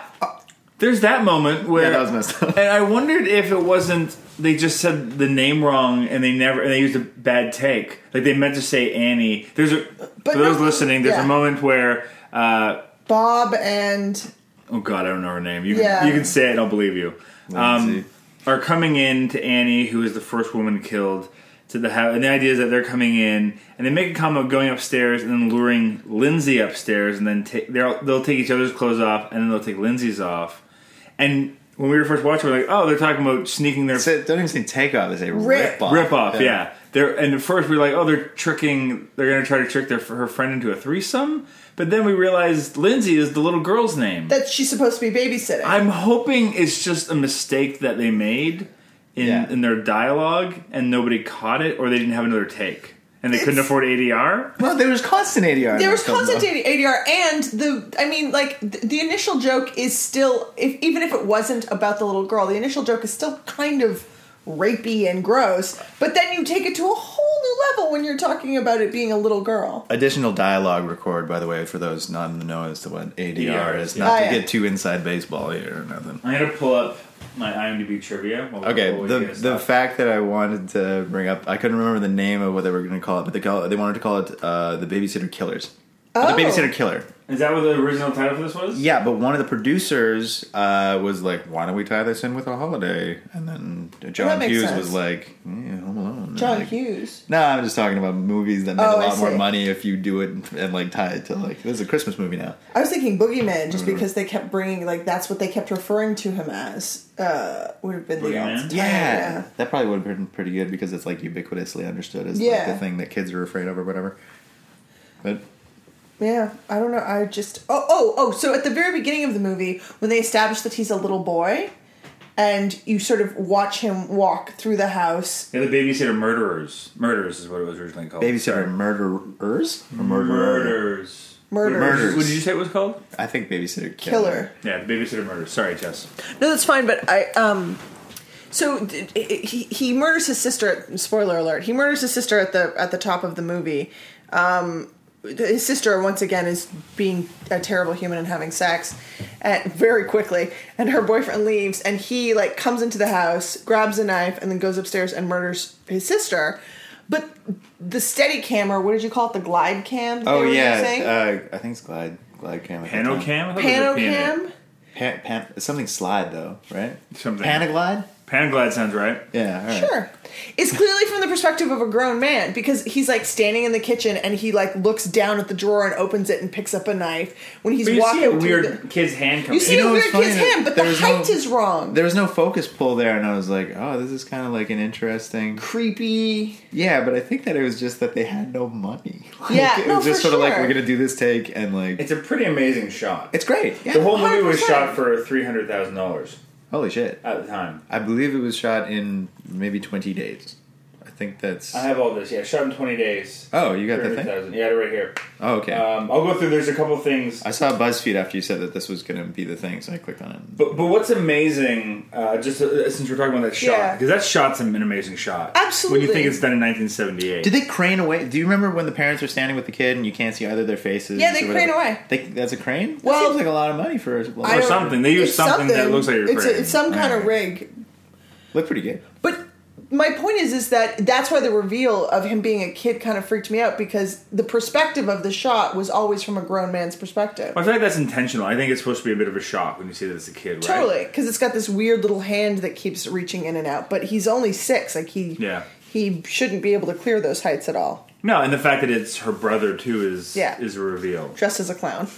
[SPEAKER 2] there's that moment where
[SPEAKER 3] Yeah, that was messed (laughs) up.
[SPEAKER 2] And I wondered if it wasn't they just said the name wrong and they never and they used a bad take. Like they meant to say Annie. There's a
[SPEAKER 4] But
[SPEAKER 2] for those
[SPEAKER 4] no-
[SPEAKER 2] listening. There's
[SPEAKER 4] yeah.
[SPEAKER 2] a moment where. Uh,
[SPEAKER 4] Bob and
[SPEAKER 2] oh God, I don't know her name. You
[SPEAKER 4] Yeah.
[SPEAKER 2] can, you can say it. I'll believe you.
[SPEAKER 3] Lindsay.
[SPEAKER 2] Um, are coming in to Annie, who is the first woman killed to the house, and the idea is that they're coming in and they make a comment of going upstairs and then luring Lindsay upstairs, and then ta- they'll they'll take each other's clothes off and then they'll take Lindsay's off. And when we were first watching, we are like, oh, they're talking about sneaking their
[SPEAKER 3] Say- don't even say take off. They say
[SPEAKER 4] Rip.
[SPEAKER 3] rip off.
[SPEAKER 2] (laughs) rip off. Yeah. They're and at first we were like, oh, they're tricking. They're going to try to trick their her friend into a threesome. But then we realized Lindsay is the little girl's name.
[SPEAKER 4] that she's supposed to be babysitting.
[SPEAKER 2] I'm hoping it's just a mistake that they made in
[SPEAKER 3] Yeah.
[SPEAKER 2] in their dialogue and nobody caught it or they didn't have another take and they couldn't
[SPEAKER 4] It's-
[SPEAKER 2] afford ADR.
[SPEAKER 3] No, there was constant ADR. in
[SPEAKER 4] There
[SPEAKER 3] this
[SPEAKER 4] was
[SPEAKER 3] film, though.
[SPEAKER 4] constant ADR, and the I mean, like the, the initial joke is still, if, even if it wasn't about the little girl, the initial joke is still kind of rapey and gross. But then you take it to a whole new level when you're talking about it being a little girl.
[SPEAKER 3] Additional dialogue record, by the way, for those not in the know as to what ADR
[SPEAKER 2] ADR,
[SPEAKER 3] is.
[SPEAKER 2] yeah.
[SPEAKER 3] Not
[SPEAKER 4] Oh,
[SPEAKER 3] to
[SPEAKER 4] yeah.
[SPEAKER 3] get too inside baseball here or nothing.
[SPEAKER 2] I'm gonna pull up my IMDb trivia. while-
[SPEAKER 3] Okay,
[SPEAKER 2] while we
[SPEAKER 3] the
[SPEAKER 2] get us
[SPEAKER 3] the
[SPEAKER 2] up.
[SPEAKER 3] fact that I wanted to bring up, I couldn't remember the name of what they were going to call it, but they call they wanted to call it uh, the Babysitter Killers.
[SPEAKER 4] Oh.
[SPEAKER 3] The Babysitter Killer.
[SPEAKER 2] is that what the original title for this was?
[SPEAKER 3] Yeah, but one of the producers uh, was like, "Why don't we tie this in with a holiday?" And then John
[SPEAKER 4] makes
[SPEAKER 3] Hughes
[SPEAKER 4] sense.
[SPEAKER 3] was like, yeah, "Home Alone." And
[SPEAKER 4] Oh, John
[SPEAKER 3] like,
[SPEAKER 4] Hughes.
[SPEAKER 3] No, I'm just talking about movies that made a
[SPEAKER 4] Oh, I
[SPEAKER 3] lot more
[SPEAKER 4] see.
[SPEAKER 3] money if you do it and, and like tie it to like this is a Christmas movie now.
[SPEAKER 4] I was thinking Boogeyman just
[SPEAKER 3] Mm-hmm.
[SPEAKER 4] because they kept bringing like that's what they kept referring to him as. Uh, would have been
[SPEAKER 2] Boogeyman?
[SPEAKER 4] the
[SPEAKER 3] Yeah, that probably would have been pretty good because it's like ubiquitously understood as like
[SPEAKER 4] Yeah.
[SPEAKER 3] the thing that kids are afraid of or whatever. But
[SPEAKER 4] Yeah, I don't know. I just oh oh oh. So at the very beginning of the movie, when they establish that he's a little boy, and you sort of watch him walk through the house.
[SPEAKER 2] Yeah, the babysitter murderers. Murders is what it was originally called.
[SPEAKER 3] babysitter
[SPEAKER 2] Sorry.
[SPEAKER 3] murderers, or murderer.
[SPEAKER 2] murders.
[SPEAKER 4] Murders.
[SPEAKER 3] Murders.
[SPEAKER 2] What did you say it was called?
[SPEAKER 3] I think babysitter killer.
[SPEAKER 4] Killer.
[SPEAKER 2] Yeah, the babysitter murders. Sorry, Jess.
[SPEAKER 4] No, that's fine. But I um, so d- he he murders his sister. Spoiler alert: he murders his sister at the at the top of the movie. Um, his sister once again is being a terrible human and having sex, and very quickly. And her boyfriend leaves, and he like comes into the house, grabs a knife, and then goes upstairs and murders his sister. But the steady cam, or what did you call it? The glide cam. that they
[SPEAKER 3] Oh
[SPEAKER 4] were using?
[SPEAKER 3] yeah, uh, I think it's Glide Glide Cam.
[SPEAKER 2] Pano cam. I thought it was a
[SPEAKER 4] Panocam.
[SPEAKER 3] Pan, pan, something slide though, right?
[SPEAKER 2] Something.
[SPEAKER 3] Panaglide.
[SPEAKER 2] Pan- Panaglide sounds right.
[SPEAKER 3] Yeah, all right.
[SPEAKER 4] Sure. It's clearly from the perspective of a grown man because he's like standing in the kitchen and he like looks down at the drawer and opens it and picks up a knife when he's
[SPEAKER 2] But you
[SPEAKER 4] walking
[SPEAKER 2] see a
[SPEAKER 4] through
[SPEAKER 2] weird
[SPEAKER 4] the-
[SPEAKER 2] kid's hand come
[SPEAKER 4] you
[SPEAKER 2] in.
[SPEAKER 4] see
[SPEAKER 3] know
[SPEAKER 4] a
[SPEAKER 3] what's
[SPEAKER 4] weird
[SPEAKER 3] funny
[SPEAKER 4] kid's
[SPEAKER 3] that
[SPEAKER 4] hand, but the
[SPEAKER 3] there was
[SPEAKER 4] height
[SPEAKER 3] no-
[SPEAKER 4] is wrong.
[SPEAKER 3] There was no focus pull there, and I was like, "Oh, this is kind of like an interesting."
[SPEAKER 4] Creepy.
[SPEAKER 3] Yeah, but I think that it was just that they had no money. (laughs) Like,
[SPEAKER 4] Yeah,
[SPEAKER 3] it
[SPEAKER 4] no,
[SPEAKER 3] was just
[SPEAKER 4] for
[SPEAKER 3] sort of like
[SPEAKER 4] sure.
[SPEAKER 3] we're gonna do this take, and like it's,
[SPEAKER 2] It's a pretty amazing shot.
[SPEAKER 3] great. Yeah.
[SPEAKER 2] The whole movie was
[SPEAKER 4] 100%.
[SPEAKER 2] shot for three hundred thousand dollars
[SPEAKER 3] Holy shit!
[SPEAKER 2] at the time.
[SPEAKER 3] I believe it was shot in maybe twenty days. I think that's.
[SPEAKER 2] I have all this. Yeah, shot in 20 days.
[SPEAKER 3] oh, you got the thing.
[SPEAKER 2] 300,000. Yeah, right here.
[SPEAKER 3] Oh, okay.
[SPEAKER 2] Um, I'll go through. There's a couple things.
[SPEAKER 3] I saw BuzzFeed after you said that this was going to be the thing, so I clicked on it.
[SPEAKER 2] But, but what's amazing, uh, just uh, since we're talking about that shot,
[SPEAKER 4] Yeah.
[SPEAKER 2] because that shot's an amazing shot. When
[SPEAKER 4] Absolutely.
[SPEAKER 2] you think it's done in 1978.
[SPEAKER 3] Did they crane away? Do you remember when the parents were standing with the kid and you can't see either their faces?
[SPEAKER 4] Yeah, they
[SPEAKER 3] or whatever?
[SPEAKER 4] crane away.
[SPEAKER 3] They, that's a crane. That
[SPEAKER 4] Well,
[SPEAKER 3] seems like a lot of money for a
[SPEAKER 4] I
[SPEAKER 2] or
[SPEAKER 4] don't-
[SPEAKER 2] something. They use
[SPEAKER 4] it's
[SPEAKER 2] something, that looks like a
[SPEAKER 4] it's,
[SPEAKER 2] crane.
[SPEAKER 4] it's some kind of rig.
[SPEAKER 3] Look pretty good.
[SPEAKER 4] But my point is, is that that's why the reveal of him being a kid kind of freaked me out because the perspective of the shot was always from a grown man's perspective.
[SPEAKER 2] I feel like that's intentional. I think it's supposed to be a bit of a shock when you see that it's a kid, right?
[SPEAKER 4] Totally, because it's got this weird little hand that keeps reaching in and out. But he's only six; like he,
[SPEAKER 2] Yeah.
[SPEAKER 4] he shouldn't be able to clear those heights at all.
[SPEAKER 2] No, and the fact that it's her brother too is
[SPEAKER 4] Yeah.
[SPEAKER 2] is a reveal.
[SPEAKER 4] Dressed as a clown.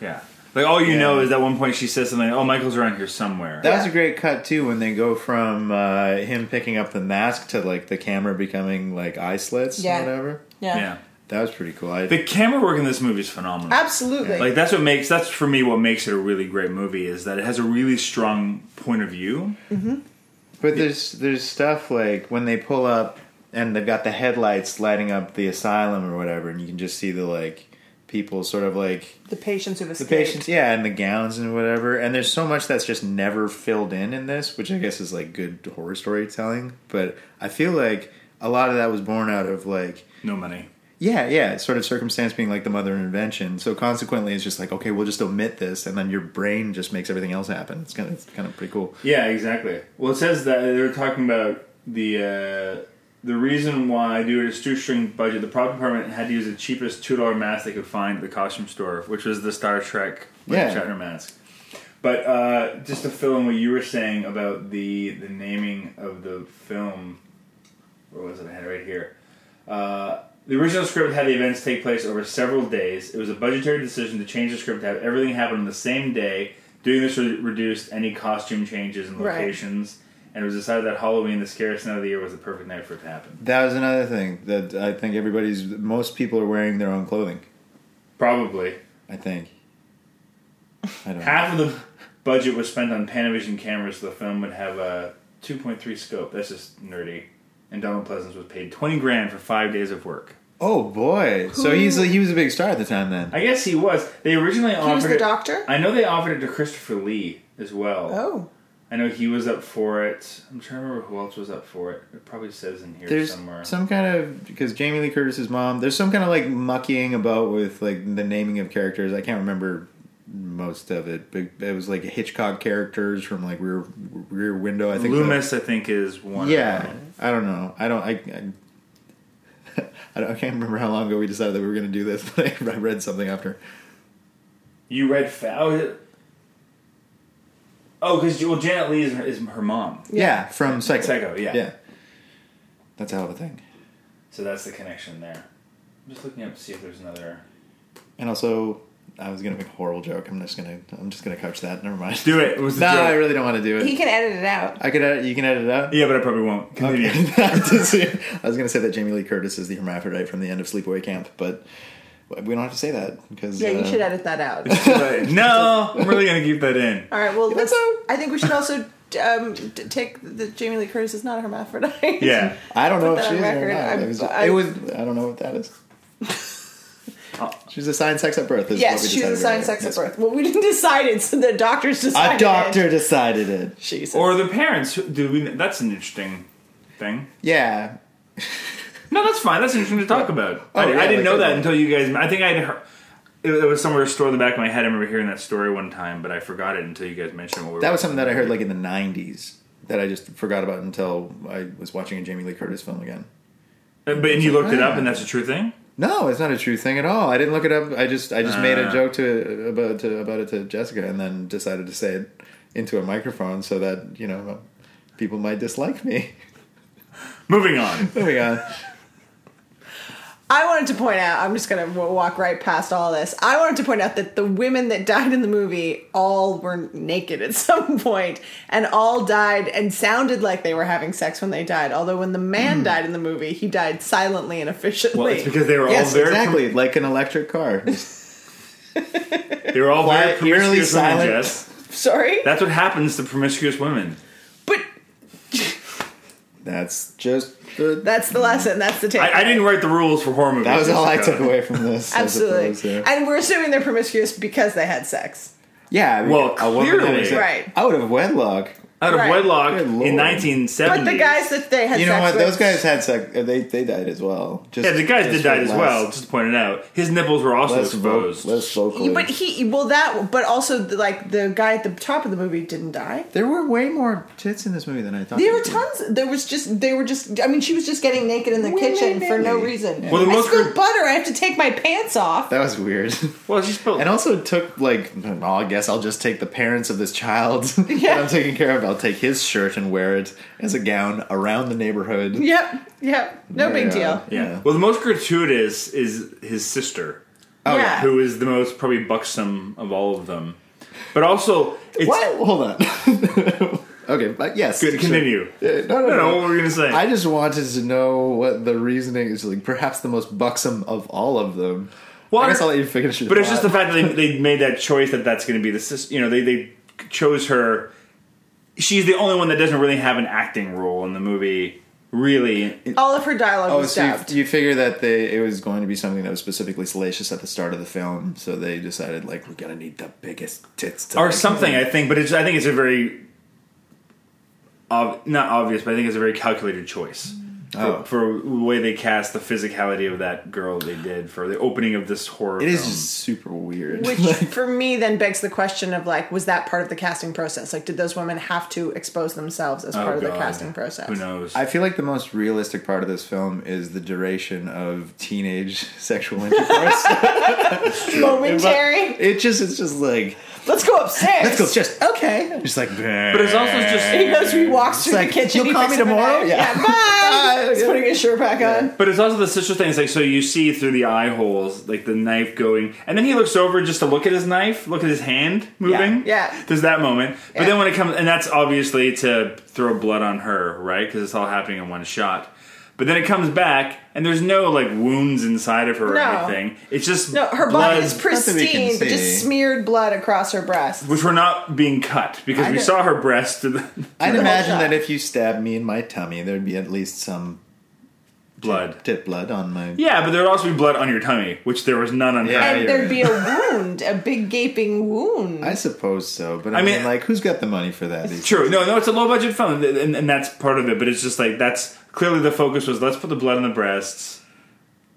[SPEAKER 2] Yeah. Like all you
[SPEAKER 3] Yeah.
[SPEAKER 2] know is at one point she says something, "Oh, Michael's around here somewhere."
[SPEAKER 3] That was
[SPEAKER 4] Yeah.
[SPEAKER 3] a great cut too when they go from uh, him picking up the mask to like the camera becoming like eye slits
[SPEAKER 4] Yeah.
[SPEAKER 3] or whatever.
[SPEAKER 4] Yeah,
[SPEAKER 2] yeah.
[SPEAKER 3] That was pretty cool. I,
[SPEAKER 2] The camera work in this movie is phenomenal.
[SPEAKER 4] absolutely.
[SPEAKER 2] Like that's what makes that's for me what makes it a really great movie is that it has a really strong point of view.
[SPEAKER 3] but there's there's stuff like when they pull up and they've got the headlights lighting up the asylum or whatever, and you can just see the like people sort of like
[SPEAKER 4] the patients who've
[SPEAKER 3] the
[SPEAKER 4] escaped.
[SPEAKER 3] patients, yeah, and the gowns and whatever. And there's so much that's just never filled in in this, which I guess is like good horror storytelling. But I feel like a lot of that was born out of like
[SPEAKER 2] No money.
[SPEAKER 3] Yeah, yeah. Sort of circumstance being like the mother of invention. So consequently, it's just like okay, we'll just omit this, and then your brain just makes everything else happen. It's kind of it's kind of pretty cool.
[SPEAKER 2] Yeah, exactly. Well, it says that they're talking about the uh, the reason why due to a shoestring budget, the prop department had to use the cheapest two dollar mask they could find at the costume store, which was the Star Trek William
[SPEAKER 3] Yeah.
[SPEAKER 2] Shatner mask. But uh, just to fill in what you were saying about the the naming of the film, where was it? I had it right here. Uh, the original script had the events take place over several days. It was a budgetary decision to change the script to have everything happen on the same day. Doing this re- reduced any costume changes and
[SPEAKER 4] Right.
[SPEAKER 2] locations, and it was decided that Halloween, the scariest night of the year, was the perfect night for it to happen.
[SPEAKER 3] That was another thing that I think everybody's most people are wearing their own clothing.
[SPEAKER 2] Probably
[SPEAKER 3] I think. I don't. know.
[SPEAKER 2] half of the budget was spent on Panavision cameras, so the film would have a 2.3 scope. That's just nerdy. And Donald Pleasance was paid 20 grand for five days of work.
[SPEAKER 3] Oh boy! So he's he was a big star at the time then.
[SPEAKER 2] I guess he was. They originally
[SPEAKER 4] He
[SPEAKER 2] offered
[SPEAKER 4] was the
[SPEAKER 2] it-
[SPEAKER 4] doctor.
[SPEAKER 2] I know they offered it to Christopher Lee as well.
[SPEAKER 4] oh,
[SPEAKER 2] I know he was up for it. I'm trying to remember who else was up for it. It probably says in here
[SPEAKER 3] There's
[SPEAKER 2] somewhere.
[SPEAKER 3] some kind of because Jamie Lee Curtis's mom. There's some kind of like muckying about with like the naming of characters. I can't remember most of it, but it was like Hitchcock characters from like Rear Rear Window. I think the-
[SPEAKER 2] Loomis, I think, is one. Of
[SPEAKER 3] yeah,
[SPEAKER 2] them.
[SPEAKER 3] I don't know. I don't. I. I I, (laughs) don't, I can't remember how long ago we decided that we were going to do this, (laughs) but I read something after.
[SPEAKER 2] You read Foul. Oh, because well, Janet Lee is, is her mom.
[SPEAKER 3] Yeah, from Psycho.
[SPEAKER 2] Psycho, yeah.
[SPEAKER 3] yeah. That's a hell of a thing.
[SPEAKER 2] So that's the connection there. I'm just looking up to see if there's another.
[SPEAKER 3] And also, I was going to make a horrible joke. I'm just going to. I'm just going to couch that. Never mind. (laughs)
[SPEAKER 2] Do it. It was the
[SPEAKER 3] No,
[SPEAKER 2] joke.
[SPEAKER 3] I really don't want to do it.
[SPEAKER 4] he can edit it out.
[SPEAKER 3] I could edit, you can edit it out.
[SPEAKER 2] Yeah, but I probably won't. Continue.
[SPEAKER 3] (laughs) I was going to say that Jamie Lee Curtis is the hermaphrodite from the end of Sleepaway Camp, but we don't have to say that because
[SPEAKER 4] Yeah,
[SPEAKER 3] uh,
[SPEAKER 4] you should edit that out.
[SPEAKER 2] But no, I'm really gonna keep that in.
[SPEAKER 4] All right. Well,
[SPEAKER 3] think
[SPEAKER 4] let's.
[SPEAKER 3] so?
[SPEAKER 4] I think we should also um, d- take the Jamie Lee Curtis is not a hermaphrodite.
[SPEAKER 2] Yeah,
[SPEAKER 3] I don't know
[SPEAKER 4] Put
[SPEAKER 3] if
[SPEAKER 4] that
[SPEAKER 3] she
[SPEAKER 4] on
[SPEAKER 3] is or
[SPEAKER 4] record.
[SPEAKER 3] not.
[SPEAKER 4] I'm-
[SPEAKER 3] it, was,
[SPEAKER 4] I-
[SPEAKER 3] it was. I don't know what that is.
[SPEAKER 2] Uh,
[SPEAKER 3] She's assigned sex at birth. Is
[SPEAKER 4] (laughs) Yes,
[SPEAKER 3] what we
[SPEAKER 4] she was
[SPEAKER 3] decided earlier.
[SPEAKER 4] assigned sex at
[SPEAKER 3] Yes.
[SPEAKER 4] birth. Well, we (laughs) didn't decide it, so the doctors decided.
[SPEAKER 3] A doctor
[SPEAKER 4] It.
[SPEAKER 3] decided it.
[SPEAKER 4] Jesus.
[SPEAKER 2] or the parents. Do we? That's an interesting thing.
[SPEAKER 3] Yeah,
[SPEAKER 2] No, that's fine. That's interesting to talk about. I,
[SPEAKER 3] Oh, yeah,
[SPEAKER 2] I didn't
[SPEAKER 3] like
[SPEAKER 2] know that
[SPEAKER 3] that.
[SPEAKER 2] until you guys. I think I'd heard. It it was somewhere stored in the back of my head. I remember hearing that story one time, but I forgot it until you guys mentioned what we
[SPEAKER 3] that
[SPEAKER 2] were.
[SPEAKER 3] was something that I heard like in the '90s that I just forgot about until I was watching a Jamie Lee Curtis film again.
[SPEAKER 2] but and you looked it up, and that's a true thing.
[SPEAKER 3] No, it's not a true thing at all. I didn't look it up. I just I just
[SPEAKER 2] Ah.
[SPEAKER 3] made a joke to about to, about it to Jessica, and then decided to say it into a microphone so that you know people might dislike me. (laughs)
[SPEAKER 2] Moving on.
[SPEAKER 3] Moving
[SPEAKER 2] (laughs)
[SPEAKER 3] on.
[SPEAKER 4] I wanted to point out. I'm just gonna w- walk right past all this. I wanted to point out that the women that died in the movie all were naked at (laughs) some point, and all died and sounded like they were having sex when they died. Although when the man died in the movie, he died silently and efficiently.
[SPEAKER 2] Well, it's because they were
[SPEAKER 3] yes,
[SPEAKER 2] all very
[SPEAKER 3] exactly. Like an electric car. Just
[SPEAKER 2] they were all
[SPEAKER 3] Quiet,
[SPEAKER 2] very
[SPEAKER 3] eerily
[SPEAKER 2] promiscuous women.
[SPEAKER 3] silent.
[SPEAKER 2] Jess.
[SPEAKER 4] (laughs) Sorry,
[SPEAKER 2] That's what happens to promiscuous women.
[SPEAKER 4] but
[SPEAKER 3] That's just the,
[SPEAKER 4] That's the lesson. That's the
[SPEAKER 2] I,
[SPEAKER 4] takeaway.
[SPEAKER 2] I didn't write the rules for horror movies.
[SPEAKER 3] that was all I
[SPEAKER 2] Jessica.
[SPEAKER 3] took away from this. I
[SPEAKER 4] Absolutely.
[SPEAKER 3] suppose, yeah.
[SPEAKER 4] And we're assuming they're promiscuous because they had sex.
[SPEAKER 3] yeah. I mean,
[SPEAKER 2] Well,
[SPEAKER 3] a woman
[SPEAKER 2] clearly.
[SPEAKER 3] having sex
[SPEAKER 4] Right.
[SPEAKER 3] Out of wedlock.
[SPEAKER 2] Out of
[SPEAKER 4] Right.
[SPEAKER 2] wedlock
[SPEAKER 3] Good
[SPEAKER 2] in
[SPEAKER 3] lord.
[SPEAKER 2] 1970.
[SPEAKER 4] But the guys that they had
[SPEAKER 3] You
[SPEAKER 4] sex
[SPEAKER 3] know what?
[SPEAKER 4] with.
[SPEAKER 3] Those guys had sex. uh, They they died as well. Just
[SPEAKER 2] Yeah, the guys did
[SPEAKER 3] just
[SPEAKER 2] die
[SPEAKER 3] were
[SPEAKER 2] as
[SPEAKER 3] less-
[SPEAKER 2] well. Just to point it out, his nipples were also
[SPEAKER 3] Less, vo-
[SPEAKER 2] exposed.
[SPEAKER 3] less
[SPEAKER 4] Yeah,
[SPEAKER 3] vocally.
[SPEAKER 4] But he, well, that, but also, the, like, the guy at the top of the movie didn't die.
[SPEAKER 3] there were way more tits in this movie than I thought.
[SPEAKER 4] There were
[SPEAKER 3] would be.
[SPEAKER 4] tons. There was just, they were just, I mean, she was just getting naked in the
[SPEAKER 3] Willy
[SPEAKER 4] kitchen for no
[SPEAKER 3] nilly.
[SPEAKER 4] reason.
[SPEAKER 3] Yeah.
[SPEAKER 2] Well, the
[SPEAKER 4] I
[SPEAKER 2] most
[SPEAKER 4] spilled
[SPEAKER 2] crit-
[SPEAKER 4] butter. I have to take my pants off.
[SPEAKER 3] That was weird.
[SPEAKER 2] well, she spilled.
[SPEAKER 3] (laughs) And also it took like, well, I guess I'll just take the parents of this child (laughs) that I'm taking care of. I'll take his shirt and wear it as a gown around the neighborhood.
[SPEAKER 4] Yep, yep. No big
[SPEAKER 3] Yeah.
[SPEAKER 4] deal.
[SPEAKER 2] yeah.
[SPEAKER 3] Yeah.
[SPEAKER 2] Well, the most gratuitous is his sister,
[SPEAKER 4] Oh,
[SPEAKER 3] yeah.
[SPEAKER 2] who is the most probably buxom of all of them. But also, it's,
[SPEAKER 3] What? Hold on. (laughs) okay, but yes.
[SPEAKER 2] Good, continue.
[SPEAKER 3] Sure. Uh, no, no,
[SPEAKER 2] I
[SPEAKER 3] no.
[SPEAKER 2] don't know what we're gonna say.
[SPEAKER 3] I just wanted to know what the reasoning is. Like, perhaps the most buxom of all of them.
[SPEAKER 2] Well,
[SPEAKER 3] I guess I'll let you finish your
[SPEAKER 2] But it's just the
[SPEAKER 3] thought.
[SPEAKER 2] fact that they, they made that choice that that's going to be the sis- you know they they chose her. She's the only one that doesn't really have an acting role in the movie. Really,
[SPEAKER 4] All of her dialogue
[SPEAKER 3] Oh,
[SPEAKER 4] was
[SPEAKER 3] so you,
[SPEAKER 4] dubbed.
[SPEAKER 3] you figure that they it was going to be something that was specifically salacious at the start of the film, so they decided like we're gonna need the biggest tits to
[SPEAKER 2] or
[SPEAKER 3] make
[SPEAKER 2] something. I think, but it's I think it's a very ob- not obvious, but I think it's a very calculated choice for,
[SPEAKER 3] Oh.
[SPEAKER 2] for the way they cast the physicality of that girl they did for the opening of this horror.
[SPEAKER 3] It is
[SPEAKER 2] film.
[SPEAKER 3] just super weird. (laughs)
[SPEAKER 4] Which for me then begs the question of like, was that part of the casting process? Like, did those women have to expose themselves as
[SPEAKER 2] Oh,
[SPEAKER 4] part of the
[SPEAKER 2] God.
[SPEAKER 4] casting process?
[SPEAKER 2] Who knows?
[SPEAKER 3] I feel like the most realistic part of this film is the duration of teenage (laughs) sexual
[SPEAKER 4] (laughs)
[SPEAKER 3] intercourse.
[SPEAKER 4] Momentary.
[SPEAKER 3] it just it's just like
[SPEAKER 4] Let's go upstairs.
[SPEAKER 3] let's go just
[SPEAKER 4] Okay.
[SPEAKER 3] just like
[SPEAKER 2] but it's also
[SPEAKER 4] (laughs)
[SPEAKER 2] just
[SPEAKER 4] He goes, he walks through
[SPEAKER 3] like,
[SPEAKER 4] the kitchen.
[SPEAKER 3] "You'll
[SPEAKER 4] he
[SPEAKER 3] call
[SPEAKER 4] picks
[SPEAKER 3] me
[SPEAKER 4] up an
[SPEAKER 3] tomorrow?"
[SPEAKER 4] egg.
[SPEAKER 3] Yeah.
[SPEAKER 4] yeah. Bye.
[SPEAKER 3] Bye. (laughs)
[SPEAKER 4] He's
[SPEAKER 3] Yeah.
[SPEAKER 4] putting his shirt back on.
[SPEAKER 2] But it's also the sister thing. It's like so you see through the eye holes, like the knife going, and then he looks over just to look at his knife, look at his hand moving.
[SPEAKER 4] Yeah, yeah.
[SPEAKER 2] There's that moment, but
[SPEAKER 4] Yeah.
[SPEAKER 2] then when it comes, and that's obviously to throw blood on her, right? Because it's all happening in one shot. But then it comes back, and there's no like wounds inside of her or
[SPEAKER 4] No.
[SPEAKER 2] anything. It's just
[SPEAKER 4] No, her
[SPEAKER 2] blood,
[SPEAKER 4] body is
[SPEAKER 3] that we can
[SPEAKER 4] pristine,
[SPEAKER 3] see.
[SPEAKER 4] but just smeared blood across her breast.
[SPEAKER 2] which were not being cut because
[SPEAKER 3] I
[SPEAKER 2] we
[SPEAKER 3] don't-
[SPEAKER 2] saw her breast. To the
[SPEAKER 3] I'd imagine
[SPEAKER 4] shot.
[SPEAKER 3] that if you stabbed me in my tummy, there'd be at least some
[SPEAKER 2] (laughs) blood.
[SPEAKER 3] tit blood on my.
[SPEAKER 2] Yeah, but there'd also be blood on your tummy, which there was none on
[SPEAKER 3] Yeah.
[SPEAKER 2] her.
[SPEAKER 4] And there'd be a wound, a big gaping wound.
[SPEAKER 3] I suppose so, but I,
[SPEAKER 2] I
[SPEAKER 3] mean,
[SPEAKER 2] mean-
[SPEAKER 3] like, who's got the money for that? these
[SPEAKER 2] True. No, no, it's a low budget film, and, and, and that's part of it. But it's just like that's clearly the focus was let's put the blood on the breasts.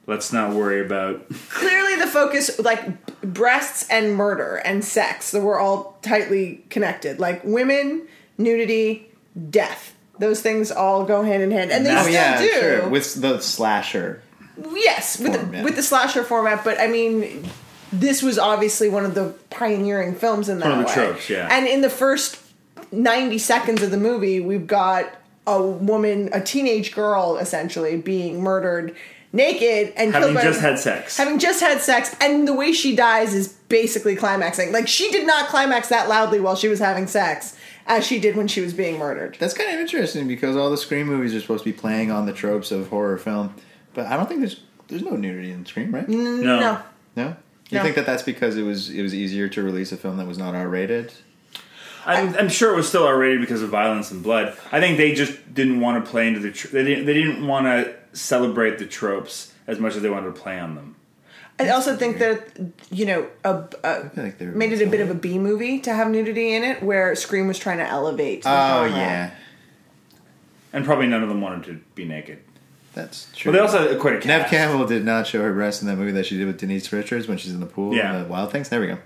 [SPEAKER 2] Let's not worry
[SPEAKER 4] (laughs)
[SPEAKER 2] about.
[SPEAKER 4] Clearly, the focus, like b- breasts and murder and sex, that were all tightly connected. Like women, nudity, death. Those things all go hand in hand, and they
[SPEAKER 3] Oh
[SPEAKER 4] still
[SPEAKER 3] yeah,
[SPEAKER 4] do.
[SPEAKER 3] sure. With the slasher,
[SPEAKER 4] yes, with
[SPEAKER 3] form,
[SPEAKER 4] the,
[SPEAKER 3] yeah.
[SPEAKER 4] with the slasher format, but I mean, this was obviously one of the pioneering films in that
[SPEAKER 2] One of the
[SPEAKER 4] way.
[SPEAKER 2] tropes, yeah.
[SPEAKER 4] And in the first ninety seconds of the movie, we've got a woman, a teenage girl, essentially being murdered naked and
[SPEAKER 2] Having
[SPEAKER 4] killed by
[SPEAKER 2] just had sex.
[SPEAKER 4] having just had sex, and the way she dies is basically climaxing. Like she did not climax that loudly while she was having sex, as she did when she was being murdered.
[SPEAKER 3] that's kind of interesting because all the Scream movies are supposed to be playing on the tropes of horror film, but I don't think there's there's no nudity in Scream, right?
[SPEAKER 2] No.
[SPEAKER 4] No.
[SPEAKER 3] No. You
[SPEAKER 4] No.
[SPEAKER 3] think that that's because it was it was easier to release a film that was not R rated?
[SPEAKER 2] I'm, I'm sure it was still R rated because of violence and blood. I think they just didn't want to play into the. Tr- they didn't. They didn't want to celebrate the tropes as much as they wanted to play on them.
[SPEAKER 4] I also think that you know a, a,
[SPEAKER 3] feel like they were
[SPEAKER 4] made it a bit of a B movie to have nudity in it, where Scream was trying to elevate. the
[SPEAKER 3] Oh
[SPEAKER 4] genre.
[SPEAKER 3] yeah,
[SPEAKER 2] And probably none of them wanted to be naked.
[SPEAKER 3] that's true.
[SPEAKER 2] But they also had quite a
[SPEAKER 3] Nev
[SPEAKER 2] cast.
[SPEAKER 3] Campbell did not show her breasts in that movie that she did with Denise Richards when she's in the pool.
[SPEAKER 2] Yeah.
[SPEAKER 3] in the Wild Things. There we go.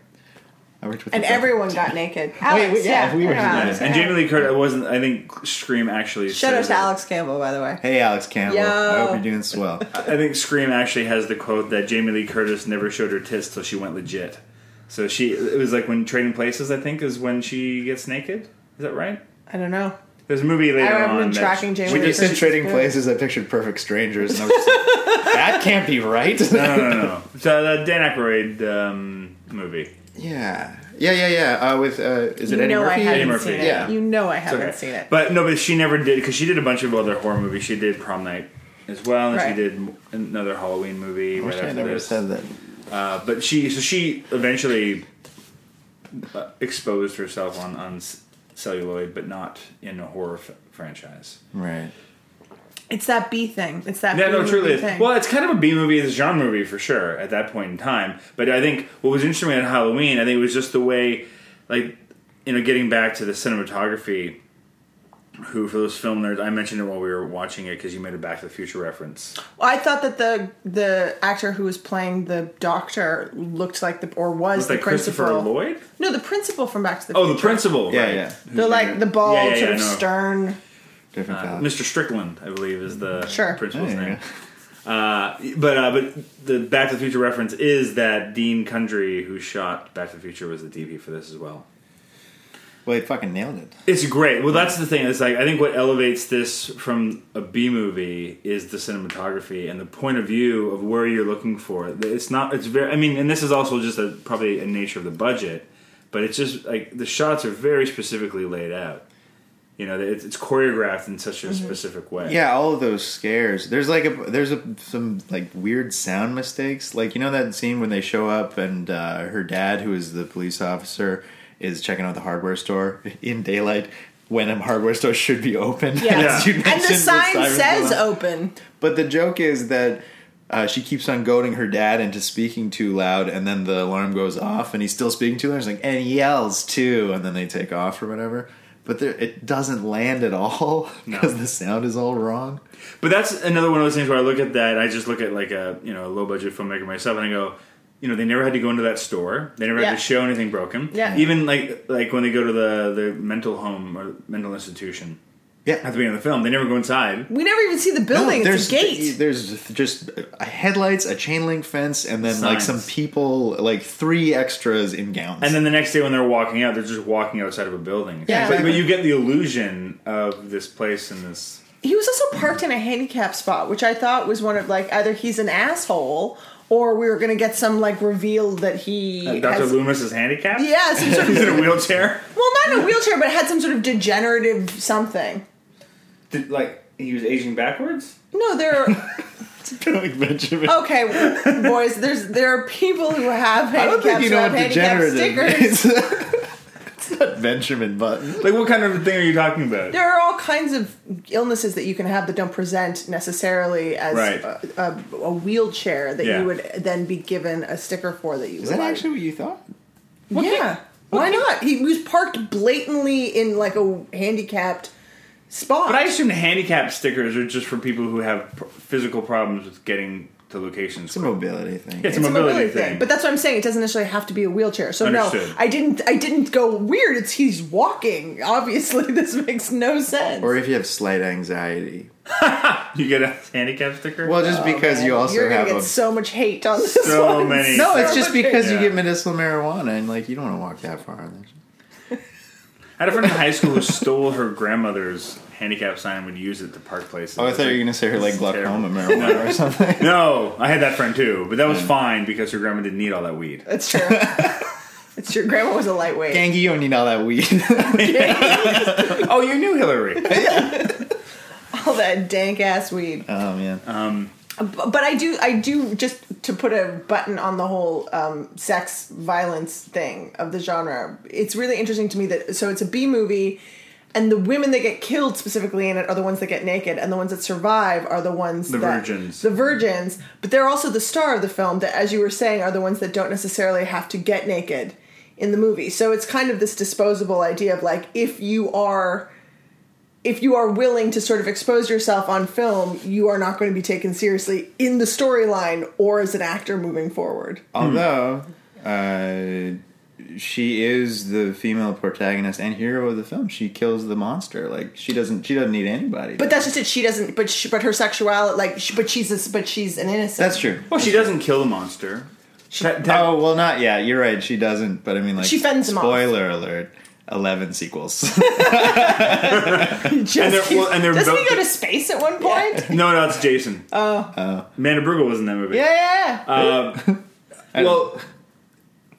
[SPEAKER 3] I worked with
[SPEAKER 4] and
[SPEAKER 3] the both.
[SPEAKER 4] everyone
[SPEAKER 3] (laughs)
[SPEAKER 4] got naked. Alex,
[SPEAKER 3] we- yeah,
[SPEAKER 4] yeah,
[SPEAKER 3] we were-
[SPEAKER 4] yeah,
[SPEAKER 2] Yeah. And Jamie Lee Curtis wasn't. I think Scream actually.
[SPEAKER 4] Shout out
[SPEAKER 2] said
[SPEAKER 4] to
[SPEAKER 2] that-
[SPEAKER 4] Alex Campbell, by the way.
[SPEAKER 3] Hey, Alex Campbell. I hope
[SPEAKER 4] Yo.
[SPEAKER 3] you're doing
[SPEAKER 4] (laughs)
[SPEAKER 3] swell.
[SPEAKER 2] I think Scream actually has the quote that Jamie Lee Curtis never showed her tits till she went legit. So she it was like when Trading Places I think is when she gets naked. Is that right?
[SPEAKER 4] I don't know.
[SPEAKER 2] There's a movie later
[SPEAKER 4] haven't
[SPEAKER 2] on.
[SPEAKER 4] been
[SPEAKER 2] that-
[SPEAKER 4] tracking Jamie
[SPEAKER 2] We
[SPEAKER 4] Lee
[SPEAKER 3] When you
[SPEAKER 2] just-
[SPEAKER 3] said Trading
[SPEAKER 4] Good.
[SPEAKER 3] Places, I pictured Perfect Strangers, and I was just like, (laughs) that can't be right. (laughs)
[SPEAKER 2] No, no, no, no. So the Dan Aykroyd um, movie.
[SPEAKER 3] yeah, yeah, yeah, yeah. Uh, with uh, is it
[SPEAKER 4] you
[SPEAKER 3] Eddie
[SPEAKER 4] know
[SPEAKER 3] Murphy?
[SPEAKER 4] I haven't
[SPEAKER 2] Murphy.
[SPEAKER 4] seen it.
[SPEAKER 3] Yeah.
[SPEAKER 4] You know I haven't
[SPEAKER 2] Okay.
[SPEAKER 4] seen it.
[SPEAKER 2] But no, but she never did because she did a bunch of other horror movies. She did Prom Night as well, and she
[SPEAKER 4] Right.
[SPEAKER 2] did another Halloween movie.
[SPEAKER 3] I
[SPEAKER 2] Right
[SPEAKER 3] wish I
[SPEAKER 2] after
[SPEAKER 3] never
[SPEAKER 2] this.
[SPEAKER 3] said that.
[SPEAKER 2] Uh, but she, so she eventually uh, exposed herself on on s- celluloid, but not in a horror f- franchise.
[SPEAKER 3] Right.
[SPEAKER 4] It's that B thing. It's that
[SPEAKER 2] Yeah,
[SPEAKER 4] B
[SPEAKER 2] no,
[SPEAKER 4] movie
[SPEAKER 2] truly. Is.
[SPEAKER 4] thing.
[SPEAKER 2] Well, it's kind of a B movie as a genre movie for sure at that point in time. But I think what was interesting about Halloween, I think, was just the way, like, you know, getting back to the cinematography. Who, for those film nerds, I mentioned it while we were watching it because you made a Back to the Future reference.
[SPEAKER 4] I thought that the the actor who was playing the doctor looked like the or was
[SPEAKER 2] Was
[SPEAKER 4] the
[SPEAKER 2] that
[SPEAKER 4] principal.
[SPEAKER 2] Christopher Lloyd?
[SPEAKER 4] No, the principal from Back to the
[SPEAKER 2] Oh, the
[SPEAKER 4] Future.
[SPEAKER 2] principal.
[SPEAKER 3] Yeah,
[SPEAKER 2] right.
[SPEAKER 3] yeah.
[SPEAKER 4] The like the bald
[SPEAKER 2] Yeah, yeah,
[SPEAKER 4] sort
[SPEAKER 2] yeah,
[SPEAKER 4] of
[SPEAKER 2] no.
[SPEAKER 4] stern.
[SPEAKER 3] Different
[SPEAKER 2] Uh,
[SPEAKER 3] palette.
[SPEAKER 2] Mr. Strickland, I believe, is the
[SPEAKER 4] Sure.
[SPEAKER 2] principal's
[SPEAKER 3] Yeah, yeah,
[SPEAKER 2] name. Uh, but uh, but the Back to the Future reference is that Dean Kundry, who shot Back to the Future, was the DP for this as well.
[SPEAKER 3] Well, he fucking nailed it.
[SPEAKER 2] It's great. Well, that's the thing. It's like I think what elevates this from a B movie is the cinematography and the point of view of where you're looking for. It's not. It's very. I mean, and this is also just a, probably a nature of the budget, but it's just like the shots are very specifically laid out. You know, it's, it's choreographed in such a specific way.
[SPEAKER 3] Yeah, all of those scares. There's like a there's a some like weird sound mistakes. Like you know that scene when they show up and uh, her dad, who is the police officer, is checking out the hardware store (laughs) in daylight when a hardware store should be open. (laughs)
[SPEAKER 2] (laughs)
[SPEAKER 4] Yeah.
[SPEAKER 3] As you
[SPEAKER 4] And the
[SPEAKER 3] mentioned,
[SPEAKER 4] sign
[SPEAKER 3] sirens
[SPEAKER 4] says
[SPEAKER 3] go off.
[SPEAKER 4] open.
[SPEAKER 3] But the joke is that. Uh, she keeps on goading her dad into speaking too loud, and then the alarm goes off, and he's still speaking too loud. He's like, and he yells too, and then they take off or whatever. But there, it doesn't land at all (laughs) because the sound is all wrong.
[SPEAKER 2] But that's another one of those things where I look at that. I just look at like a you know a low budget filmmaker myself, and I go, you know, they never had to go into that store. They never
[SPEAKER 4] Yeah.
[SPEAKER 2] had to show anything broken.
[SPEAKER 4] Yeah.
[SPEAKER 2] Even like like when they go to the the mental home or mental institution
[SPEAKER 3] Yeah,
[SPEAKER 2] at the beginning of the film, they never go inside.
[SPEAKER 4] We never even see the
[SPEAKER 3] No,
[SPEAKER 4] building.
[SPEAKER 3] there's
[SPEAKER 4] it's a gate.
[SPEAKER 3] There's just a headlights, a chain link fence, and then like some
[SPEAKER 2] Signs.
[SPEAKER 3] people, like three extras in gowns.
[SPEAKER 4] (laughs)
[SPEAKER 2] And then the next day when they're walking out, they're just walking outside of a building.
[SPEAKER 4] Yeah.
[SPEAKER 2] But, but you get the illusion of this place and this.
[SPEAKER 4] he was also parked in a handicap spot, which I thought was one of like either he's an asshole or we were gonna get some like reveal that he
[SPEAKER 2] Dr.
[SPEAKER 4] has-
[SPEAKER 2] Loomis is handicapped.
[SPEAKER 4] yeah, some sort of
[SPEAKER 2] He's (laughs) in a wheelchair.
[SPEAKER 4] well, not in a wheelchair, but had some sort of degenerative something.
[SPEAKER 2] Did, like he was aging (laughs) backwards.
[SPEAKER 4] No, there. Are,
[SPEAKER 3] Like Benjamin.
[SPEAKER 4] okay, w- boys. There's there are people who have
[SPEAKER 3] I don't
[SPEAKER 4] handicaps
[SPEAKER 3] think you
[SPEAKER 4] who
[SPEAKER 3] know
[SPEAKER 4] have
[SPEAKER 3] what
[SPEAKER 4] handicap
[SPEAKER 3] degenerative (laughs)
[SPEAKER 4] stickers.
[SPEAKER 3] is. It's not Benjamin Button.
[SPEAKER 2] Like what kind of thing are you talking about?
[SPEAKER 4] There are all kinds of illnesses that you can have that don't present necessarily as
[SPEAKER 2] Right.
[SPEAKER 4] a, a, a wheelchair that
[SPEAKER 2] Yeah.
[SPEAKER 4] you would then be given a sticker for that you
[SPEAKER 3] Is
[SPEAKER 4] would
[SPEAKER 3] that
[SPEAKER 4] like.
[SPEAKER 3] actually what you thought?
[SPEAKER 4] yeah. Why not? He was parked blatantly in like a handicapped spot.
[SPEAKER 2] But I assume handicap stickers are just for people who have pr- physical problems with getting to locations.
[SPEAKER 3] It's a mobility thing.
[SPEAKER 2] It's a mobility, thing.
[SPEAKER 4] But that's what I'm saying. It doesn't necessarily have to be a wheelchair. So
[SPEAKER 2] Understood.
[SPEAKER 4] no, I didn't. I didn't go weird. It's he's walking. Obviously, (laughs) this makes no sense.
[SPEAKER 3] Or if you have slight anxiety.
[SPEAKER 2] you get a handicap sticker.
[SPEAKER 3] Well, just because you also
[SPEAKER 4] Oh, You're gonna
[SPEAKER 3] have
[SPEAKER 4] get
[SPEAKER 3] a.
[SPEAKER 4] so much hate on this
[SPEAKER 2] So
[SPEAKER 4] one.
[SPEAKER 2] many.
[SPEAKER 3] no, it's
[SPEAKER 4] so
[SPEAKER 3] just
[SPEAKER 4] much
[SPEAKER 3] because
[SPEAKER 4] hate.
[SPEAKER 3] you
[SPEAKER 2] Yeah.
[SPEAKER 3] get medicinal marijuana and like you don't want to walk that far.
[SPEAKER 2] I had a friend in high school who stole her grandmother's handicap sign and would use it to park places.
[SPEAKER 3] Oh, I thought you were going to say her like
[SPEAKER 2] It's terrible.
[SPEAKER 3] glaucoma (laughs) marijuana or something. (laughs)
[SPEAKER 2] No, I had that friend too, but that was fine because her grandma didn't need all that weed.
[SPEAKER 4] (laughs)
[SPEAKER 3] (laughs)
[SPEAKER 4] That's true. it's true. Grandma was a lightweight.
[SPEAKER 3] Gangy, you don't need all that (laughs) weed.
[SPEAKER 2] oh, you knew
[SPEAKER 3] (laughs)
[SPEAKER 2] Hillary.
[SPEAKER 4] All that dank ass weed.
[SPEAKER 3] oh man.
[SPEAKER 4] B- but I do, I do, just to put a button on the whole um, sex violence thing of the genre. It's really interesting to me that so it's a B movie, and the women that get killed specifically in it are the ones that get naked, and the ones that survive are the ones
[SPEAKER 2] The
[SPEAKER 4] that,
[SPEAKER 2] virgins.
[SPEAKER 4] the virgins. But they're also the star of the film. That, as you were saying, are the ones that don't necessarily have to get naked in the movie. So it's kind of this disposable idea of like if you are if you are willing to sort of expose yourself on film, you are not going to be taken seriously in the storyline or as an actor moving forward.
[SPEAKER 3] Hmm. Although uh, she is the female protagonist and hero of the film, she kills the monster. Like she doesn't, she doesn't need anybody.
[SPEAKER 4] But that's just it. She doesn't. But she, but her sexuality, like, she, but she's a, but she's an innocent.
[SPEAKER 3] that's true.
[SPEAKER 2] Well, she doesn't kill the monster. That- that-
[SPEAKER 3] Oh well, not yeah. You're right. She doesn't. But I mean, like
[SPEAKER 4] She fends him off.
[SPEAKER 3] Spoiler alert: eleven sequels. (laughs)
[SPEAKER 4] Just,
[SPEAKER 2] and they're- well, and they're
[SPEAKER 4] doesn't
[SPEAKER 2] built-
[SPEAKER 4] he go to space at one point? Yeah,
[SPEAKER 2] No, no, it's Jason. Oh. Amanda Brugel was in that movie.
[SPEAKER 4] (laughs) yeah.
[SPEAKER 2] Uh,
[SPEAKER 4] yeah.
[SPEAKER 2] Well,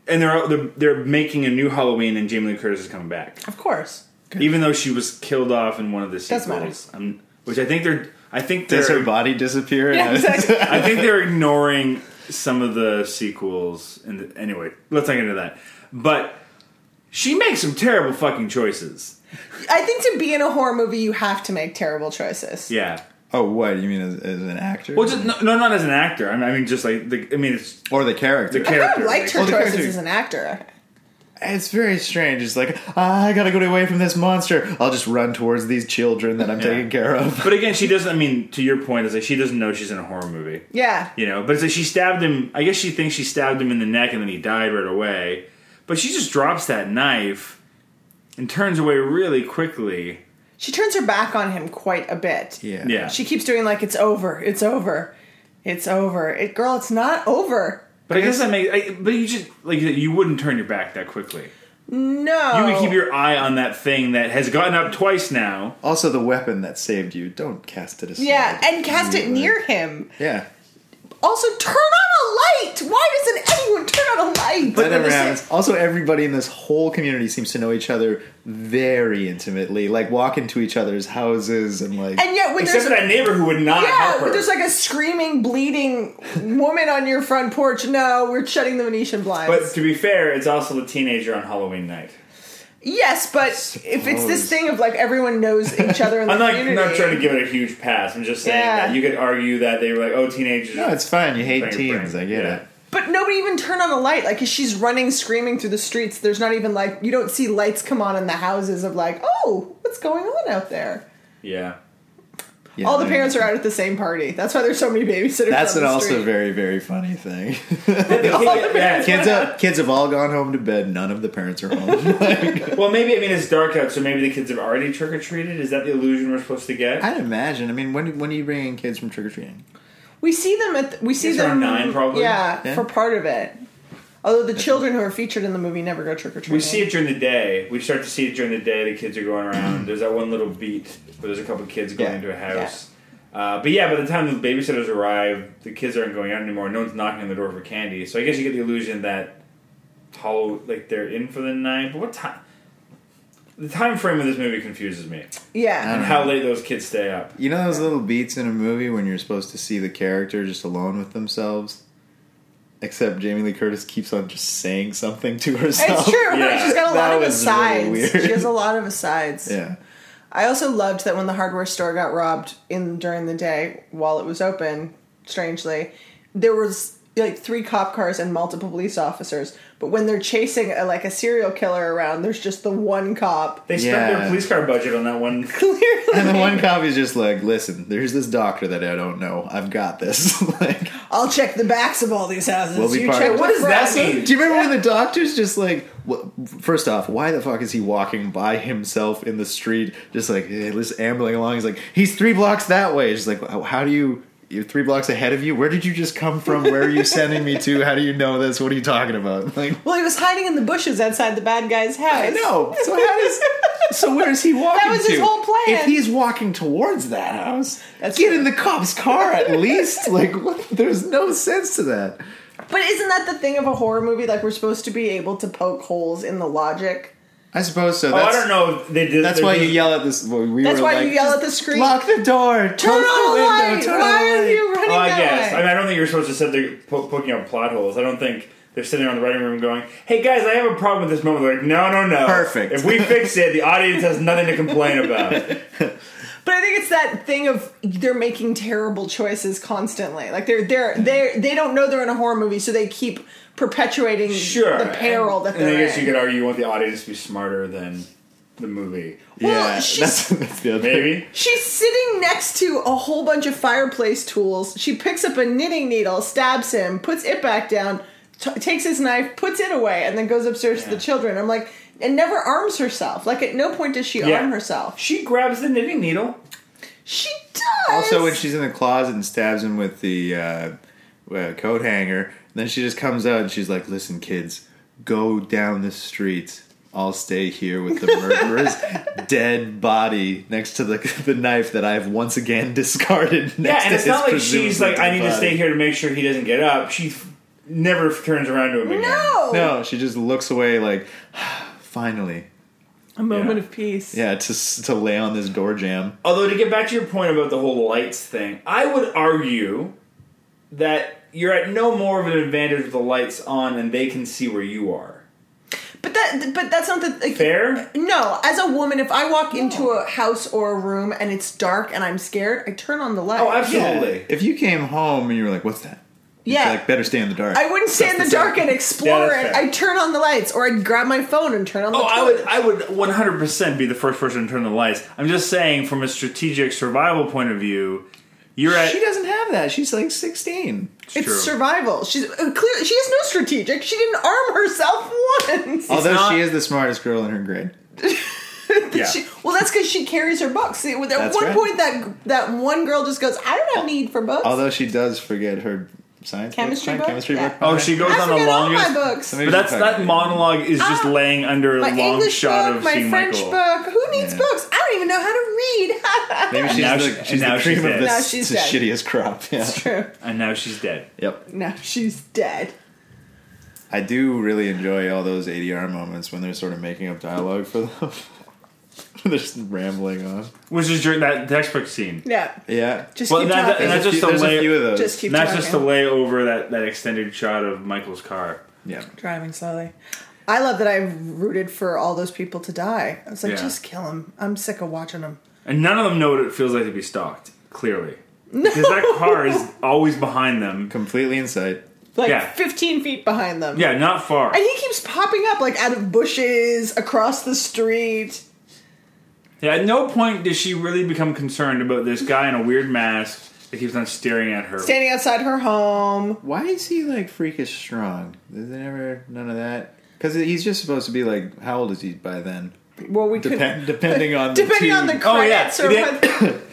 [SPEAKER 2] and they're, they're they're making a new Halloween, and Jamie Lee Curtis is coming back.
[SPEAKER 4] of course.
[SPEAKER 2] even though she was killed off in one of the
[SPEAKER 4] Doesn't matter.
[SPEAKER 2] sequels. Um, which I think they're, I think
[SPEAKER 3] Does her
[SPEAKER 2] they're,
[SPEAKER 3] body disappear? (laughs)
[SPEAKER 2] (laughs)
[SPEAKER 4] Yeah, exactly.
[SPEAKER 2] I think they're ignoring some of the sequels. And the, anyway, let's not get into that. But she makes some terrible fucking choices.
[SPEAKER 4] I think to be in a horror movie, you have to make terrible choices.
[SPEAKER 2] Yeah.
[SPEAKER 3] Oh, what you mean as, as an actor?
[SPEAKER 2] Well, just, no, no, not as an actor. I mean, I mean just like the, I mean, it's
[SPEAKER 3] or the character?
[SPEAKER 2] the
[SPEAKER 4] I
[SPEAKER 2] character.
[SPEAKER 4] kind of liked her
[SPEAKER 3] Well, the
[SPEAKER 4] choices
[SPEAKER 3] character-
[SPEAKER 4] as an actor.
[SPEAKER 3] It's very strange. It's like "Ah, I gotta get away from this monster. I'll just run towards these children that I'm taking care of.
[SPEAKER 2] But again, she doesn't. I mean, to your point, is like she doesn't know she's in a horror movie.
[SPEAKER 4] Yeah.
[SPEAKER 2] You know, but it's like she stabbed him. I guess she thinks she stabbed him in the neck, and then he died right away. But she just drops that knife and turns away really quickly.
[SPEAKER 4] She turns her back on him quite a bit.
[SPEAKER 2] (laughs)
[SPEAKER 3] Yeah,
[SPEAKER 2] Yeah,
[SPEAKER 4] She keeps doing like it's over, it's over, it's over. It, girl, it's not over.
[SPEAKER 2] but I guess that makes. I, but you just like you wouldn't turn your back that quickly.
[SPEAKER 4] No.
[SPEAKER 2] You
[SPEAKER 4] Oh.
[SPEAKER 2] would keep your eye on that thing that has gotten up twice now.
[SPEAKER 3] Also, the weapon that saved you. Don't cast it aside.
[SPEAKER 4] yeah, and cast it
[SPEAKER 3] Immediately.
[SPEAKER 4] near him.
[SPEAKER 3] Yeah,
[SPEAKER 4] Also, turn on a light. Why doesn't anyone turn on a light?
[SPEAKER 3] that never happens. Also, everybody in this whole community seems to know each other very intimately. Like walk into each other's houses and like.
[SPEAKER 4] And yet, when
[SPEAKER 2] Except for
[SPEAKER 4] there's
[SPEAKER 2] that neighbor who would not help
[SPEAKER 4] yeah,
[SPEAKER 2] her.
[SPEAKER 4] when there's like a screaming, bleeding woman on your front porch, no, we're shutting the Venetian blinds.
[SPEAKER 2] but to be fair, it's also the teenager on Halloween night.
[SPEAKER 4] yes, but if it's this thing of like everyone knows each
[SPEAKER 2] (laughs)
[SPEAKER 4] other in the
[SPEAKER 2] I'm not,
[SPEAKER 4] community,
[SPEAKER 2] not trying to give it a huge pass. I'm just saying
[SPEAKER 4] Yeah.
[SPEAKER 2] that you could argue that they were like, oh, teenagers.
[SPEAKER 3] no, it's fine. You hate
[SPEAKER 2] Bang,
[SPEAKER 3] teens.
[SPEAKER 2] bang.
[SPEAKER 3] I get
[SPEAKER 2] Yeah.
[SPEAKER 3] it.
[SPEAKER 4] But nobody even turn on a light. Like, 'cause she's running, screaming through the streets. There's not even like you don't see lights come on in the houses of like, oh, what's going on out there?
[SPEAKER 2] yeah.
[SPEAKER 3] Yeah,
[SPEAKER 4] All the
[SPEAKER 3] I-
[SPEAKER 4] parents are out at the same party. That's why there's so many
[SPEAKER 3] (laughs)
[SPEAKER 4] babysitters.
[SPEAKER 3] That's
[SPEAKER 4] on
[SPEAKER 3] an
[SPEAKER 4] the
[SPEAKER 3] also
[SPEAKER 4] street.
[SPEAKER 3] very very funny thing. (laughs)
[SPEAKER 4] (laughs)
[SPEAKER 2] Yeah.
[SPEAKER 3] kids, have, kids have all gone home to bed. None of the parents are
[SPEAKER 4] (laughs)
[SPEAKER 3] home.
[SPEAKER 2] Well, maybe I mean it's dark out, so maybe the kids have already trick or treated. Is that the illusion we're supposed to get?
[SPEAKER 3] I'd imagine. I mean, when when are you bringing kids from trick or treating?
[SPEAKER 4] We see them at the, we see
[SPEAKER 2] It's
[SPEAKER 4] them
[SPEAKER 2] around nine, probably.
[SPEAKER 4] Yeah,
[SPEAKER 3] Yeah.
[SPEAKER 4] for part of it. Although the children who are featured in the movie never go trick or treating.
[SPEAKER 2] we see it during the day. We start to see it during the day. The kids are going
[SPEAKER 3] (clears throat)
[SPEAKER 2] around. there's that one little beat where there's a couple kids going
[SPEAKER 3] Yeah.
[SPEAKER 2] into a house. Uh, but yeah, by the time the babysitters arrive, the kids aren't going out anymore. No one's knocking on the door for candy. So I guess you get the illusion that hollow, like they're in for the night. But what time? The time frame of this movie confuses me, and
[SPEAKER 4] Yeah,
[SPEAKER 2] how late those kids stay up.
[SPEAKER 3] You know those little beats in a movie when you're supposed to see the character just alone with themselves? Except Jamie Lee Curtis keeps on just saying something to herself.
[SPEAKER 4] it's true.
[SPEAKER 2] Yeah.
[SPEAKER 4] She's got a
[SPEAKER 3] That
[SPEAKER 4] lot of
[SPEAKER 3] was really
[SPEAKER 4] asides.
[SPEAKER 3] weird.
[SPEAKER 4] she has a lot of asides.
[SPEAKER 3] (laughs) Yeah.
[SPEAKER 4] I also loved that when the hardware store got robbed in during the day while it was open, strangely, there was like three cop cars and multiple police officers. But when they're chasing a, like a serial killer around, there's just the one cop.
[SPEAKER 2] They spent
[SPEAKER 3] Yeah.
[SPEAKER 2] their police car budget on that one.
[SPEAKER 4] (laughs) Clearly,
[SPEAKER 3] And the one cop is just like, listen, there's this doctor that I don't know. I've got this. (laughs) like,
[SPEAKER 4] I'll check the backs of all these houses.
[SPEAKER 3] We'll be
[SPEAKER 4] you
[SPEAKER 3] part
[SPEAKER 4] check
[SPEAKER 3] of it.
[SPEAKER 4] the
[SPEAKER 3] What
[SPEAKER 2] does that
[SPEAKER 4] fronts.
[SPEAKER 2] mean?
[SPEAKER 3] do you remember when the doctor's just like, wha- first off, why the fuck is he walking by himself in the street, just like, eh, just ambling along? He's like, he's three blocks that way. Just like, how how do you, you're three blocks ahead of you? Where did you just come from? Where are you sending me to? How do you know this? What are you talking about? (laughs) Like,
[SPEAKER 4] Well, he was hiding in the bushes outside the bad guy's house.
[SPEAKER 3] I know. So how does? So where is he walking?
[SPEAKER 4] (laughs) That was his
[SPEAKER 3] to?
[SPEAKER 4] whole plan.
[SPEAKER 3] If he's walking towards that house,
[SPEAKER 4] That's
[SPEAKER 3] get
[SPEAKER 4] true.
[SPEAKER 3] in the cop's car at least. (laughs) like, what? there's no sense to that.
[SPEAKER 4] But isn't that the thing of a horror movie? Like we're supposed to be able to poke holes in the logic.
[SPEAKER 3] I suppose so.
[SPEAKER 2] Oh,
[SPEAKER 3] That's,
[SPEAKER 2] I don't know. If they did.
[SPEAKER 3] That's
[SPEAKER 2] they
[SPEAKER 3] why
[SPEAKER 2] did-
[SPEAKER 3] you yell at this. well, we
[SPEAKER 4] That's
[SPEAKER 3] were
[SPEAKER 4] why
[SPEAKER 3] like,
[SPEAKER 4] you yell at the screen.
[SPEAKER 3] Lock the door.
[SPEAKER 4] Turn on the
[SPEAKER 3] the
[SPEAKER 4] light.
[SPEAKER 3] window. Turn
[SPEAKER 4] Why
[SPEAKER 3] on
[SPEAKER 4] are
[SPEAKER 3] the light.
[SPEAKER 4] you running
[SPEAKER 2] Well, Oh, I
[SPEAKER 4] that
[SPEAKER 2] guess.
[SPEAKER 4] way?
[SPEAKER 2] I mean, I don't think you're supposed to sit there po- poking out plot holes. I don't think they're sitting on the writing room going, "Hey guys, I have a problem with this moment." They're like, "No, no, no.
[SPEAKER 3] Perfect.
[SPEAKER 2] If we fix it, the audience has nothing to
[SPEAKER 3] (laughs)
[SPEAKER 2] complain about."
[SPEAKER 4] But I think it's that thing of they're making terrible choices constantly. Like they're they're they they don't know they're in a horror movie, so they keep perpetuating
[SPEAKER 2] Sure.
[SPEAKER 4] the peril
[SPEAKER 2] and,
[SPEAKER 4] that
[SPEAKER 2] and
[SPEAKER 4] they're
[SPEAKER 2] I guess
[SPEAKER 4] in.
[SPEAKER 2] you could argue you want the audience to be smarter than the movie.
[SPEAKER 4] Well,
[SPEAKER 3] yeah,
[SPEAKER 4] she's-
[SPEAKER 3] that's, (laughs) that's the other
[SPEAKER 2] Maybe.
[SPEAKER 4] She's sitting next to a whole bunch of fireplace tools. She picks up a knitting needle, stabs him, puts it back down, t- takes his knife, puts it away, and then goes upstairs to
[SPEAKER 2] Yeah.
[SPEAKER 4] the children. I'm like, and never arms herself. Like at no point does she
[SPEAKER 2] Yeah.
[SPEAKER 4] arm herself.
[SPEAKER 2] She grabs the knitting needle.
[SPEAKER 4] She does.
[SPEAKER 3] Also, when she's in the closet and stabs him with the uh, uh, coat hanger, then she just comes out and she's like, "Listen, kids, go down the street. I'll stay here
[SPEAKER 4] (laughs)
[SPEAKER 3] with the murderer's dead body next to the the knife that I've once again (laughs) discarded." Next
[SPEAKER 2] Yeah, and
[SPEAKER 3] to
[SPEAKER 2] it's not like
[SPEAKER 3] his
[SPEAKER 2] she's like,
[SPEAKER 3] presumably
[SPEAKER 2] "I need to
[SPEAKER 3] dead
[SPEAKER 2] stay
[SPEAKER 3] body."
[SPEAKER 2] here to make sure he doesn't get up." She f- never f- turns around to him again.
[SPEAKER 4] no,
[SPEAKER 3] No, she just looks away like, (sighs) finally,
[SPEAKER 4] a moment
[SPEAKER 2] Yeah.
[SPEAKER 4] of peace.
[SPEAKER 3] yeah, to s- to lay on this door jam.
[SPEAKER 2] Although to get back to your point about the whole lights thing, I would argue that you're at no more of an advantage with the lights on and they can see where you are.
[SPEAKER 4] But that, but that's not the like,
[SPEAKER 2] Fair?
[SPEAKER 4] No, as a woman, if I walk into a house or a room and it's dark and I'm scared, I turn on the light.
[SPEAKER 2] Oh,
[SPEAKER 3] Yeah.
[SPEAKER 2] absolutely.
[SPEAKER 3] If you came home and you were like, "What's that?" You'd
[SPEAKER 4] Yeah.
[SPEAKER 3] be like better stay in the dark.
[SPEAKER 4] I wouldn't stay in the
[SPEAKER 3] That's
[SPEAKER 4] dark and
[SPEAKER 2] Yeah,
[SPEAKER 4] explore
[SPEAKER 2] that's
[SPEAKER 4] it.
[SPEAKER 2] fair.
[SPEAKER 4] I'd turn on the lights, or I'd grab my phone and turn on the.
[SPEAKER 2] Oh, I
[SPEAKER 4] toilet.
[SPEAKER 2] would, I would 100 percent be the first person to turn the lights. I'm just saying, from a strategic survival point of view, you're at
[SPEAKER 3] She doesn't have that. She's like sixteen.
[SPEAKER 4] It's
[SPEAKER 2] true.
[SPEAKER 4] survival. She's uh, clear. She has no strategic. She didn't arm herself (laughs) once.
[SPEAKER 3] Although
[SPEAKER 2] not-
[SPEAKER 3] she is the smartest girl in her grade.
[SPEAKER 2] yeah.
[SPEAKER 4] (laughs) She- well, that's because she carries her books. See, at
[SPEAKER 3] That's
[SPEAKER 4] one
[SPEAKER 3] right.
[SPEAKER 4] point, that that one girl just goes, "I
[SPEAKER 2] Oh.
[SPEAKER 4] don't have need for books.
[SPEAKER 3] Although she does forget her science
[SPEAKER 4] Chemistry
[SPEAKER 3] book,
[SPEAKER 4] book?
[SPEAKER 3] chemistry
[SPEAKER 4] Yeah.
[SPEAKER 3] book.
[SPEAKER 2] oh, she goes
[SPEAKER 4] I
[SPEAKER 2] on the
[SPEAKER 4] forget all
[SPEAKER 2] longest.
[SPEAKER 4] my books.
[SPEAKER 3] Maybe
[SPEAKER 2] But that's
[SPEAKER 3] she's
[SPEAKER 2] that
[SPEAKER 3] talking-
[SPEAKER 2] monologue is just
[SPEAKER 4] Ah,
[SPEAKER 2] laying under a
[SPEAKER 4] My
[SPEAKER 2] long
[SPEAKER 4] English
[SPEAKER 2] shot
[SPEAKER 4] book,
[SPEAKER 2] of
[SPEAKER 4] my
[SPEAKER 2] seeing
[SPEAKER 4] French
[SPEAKER 2] Michael.
[SPEAKER 4] book. Who needs
[SPEAKER 3] Yeah.
[SPEAKER 4] books? I don't even know how to read. (laughs)
[SPEAKER 3] Maybe she's
[SPEAKER 2] now she-
[SPEAKER 3] the,
[SPEAKER 2] and
[SPEAKER 3] she's
[SPEAKER 2] now
[SPEAKER 3] the cream
[SPEAKER 2] she's
[SPEAKER 3] of
[SPEAKER 2] dead.
[SPEAKER 3] the,
[SPEAKER 4] Now she's
[SPEAKER 3] the
[SPEAKER 4] dead.
[SPEAKER 3] shittiest crop. (laughs) Yeah.
[SPEAKER 2] and now she's dead.
[SPEAKER 3] Yep.
[SPEAKER 4] no, she's dead.
[SPEAKER 3] I do really enjoy all those ADR moments when they're sort of making up dialogue for them. (laughs) they're just rambling on.
[SPEAKER 2] Which is during that textbook scene.
[SPEAKER 4] Yeah,
[SPEAKER 3] Yeah.
[SPEAKER 4] just
[SPEAKER 2] Well,
[SPEAKER 4] keep
[SPEAKER 2] that- that-
[SPEAKER 4] talking.
[SPEAKER 2] and that's
[SPEAKER 3] There's
[SPEAKER 2] just
[SPEAKER 3] a few-
[SPEAKER 2] the
[SPEAKER 3] there's
[SPEAKER 2] layer-
[SPEAKER 3] a few of those.
[SPEAKER 4] just keep
[SPEAKER 2] Not
[SPEAKER 4] talking.
[SPEAKER 2] just to lay over that, that extended shot of Michael's car.
[SPEAKER 3] yeah.
[SPEAKER 4] driving slowly. I love that I rooted for all those people to die. I was like,
[SPEAKER 2] Yeah.
[SPEAKER 4] just kill them. I'm sick of watching them.
[SPEAKER 2] And none of them know what it feels like to be stalked, clearly. Because that car is always behind them.
[SPEAKER 3] Completely in sight.
[SPEAKER 4] (laughs) Like
[SPEAKER 2] Yeah.
[SPEAKER 4] 15 feet behind them.
[SPEAKER 2] Yeah, not far.
[SPEAKER 4] And he keeps popping up like out of bushes, across the street.
[SPEAKER 2] Yeah, at no point does she really become concerned about this guy in a weird mask that keeps on staring at her.
[SPEAKER 4] standing outside her home.
[SPEAKER 3] Why is he like freakish strong? Is there never none of that? Because he's just supposed to be like, how old is he by then?
[SPEAKER 4] Well, we
[SPEAKER 2] (laughs)
[SPEAKER 3] Depend,
[SPEAKER 4] could
[SPEAKER 3] depending on the
[SPEAKER 4] depending
[SPEAKER 3] two-
[SPEAKER 4] on the
[SPEAKER 3] (laughs)
[SPEAKER 2] Oh, yeah.
[SPEAKER 4] credits or what.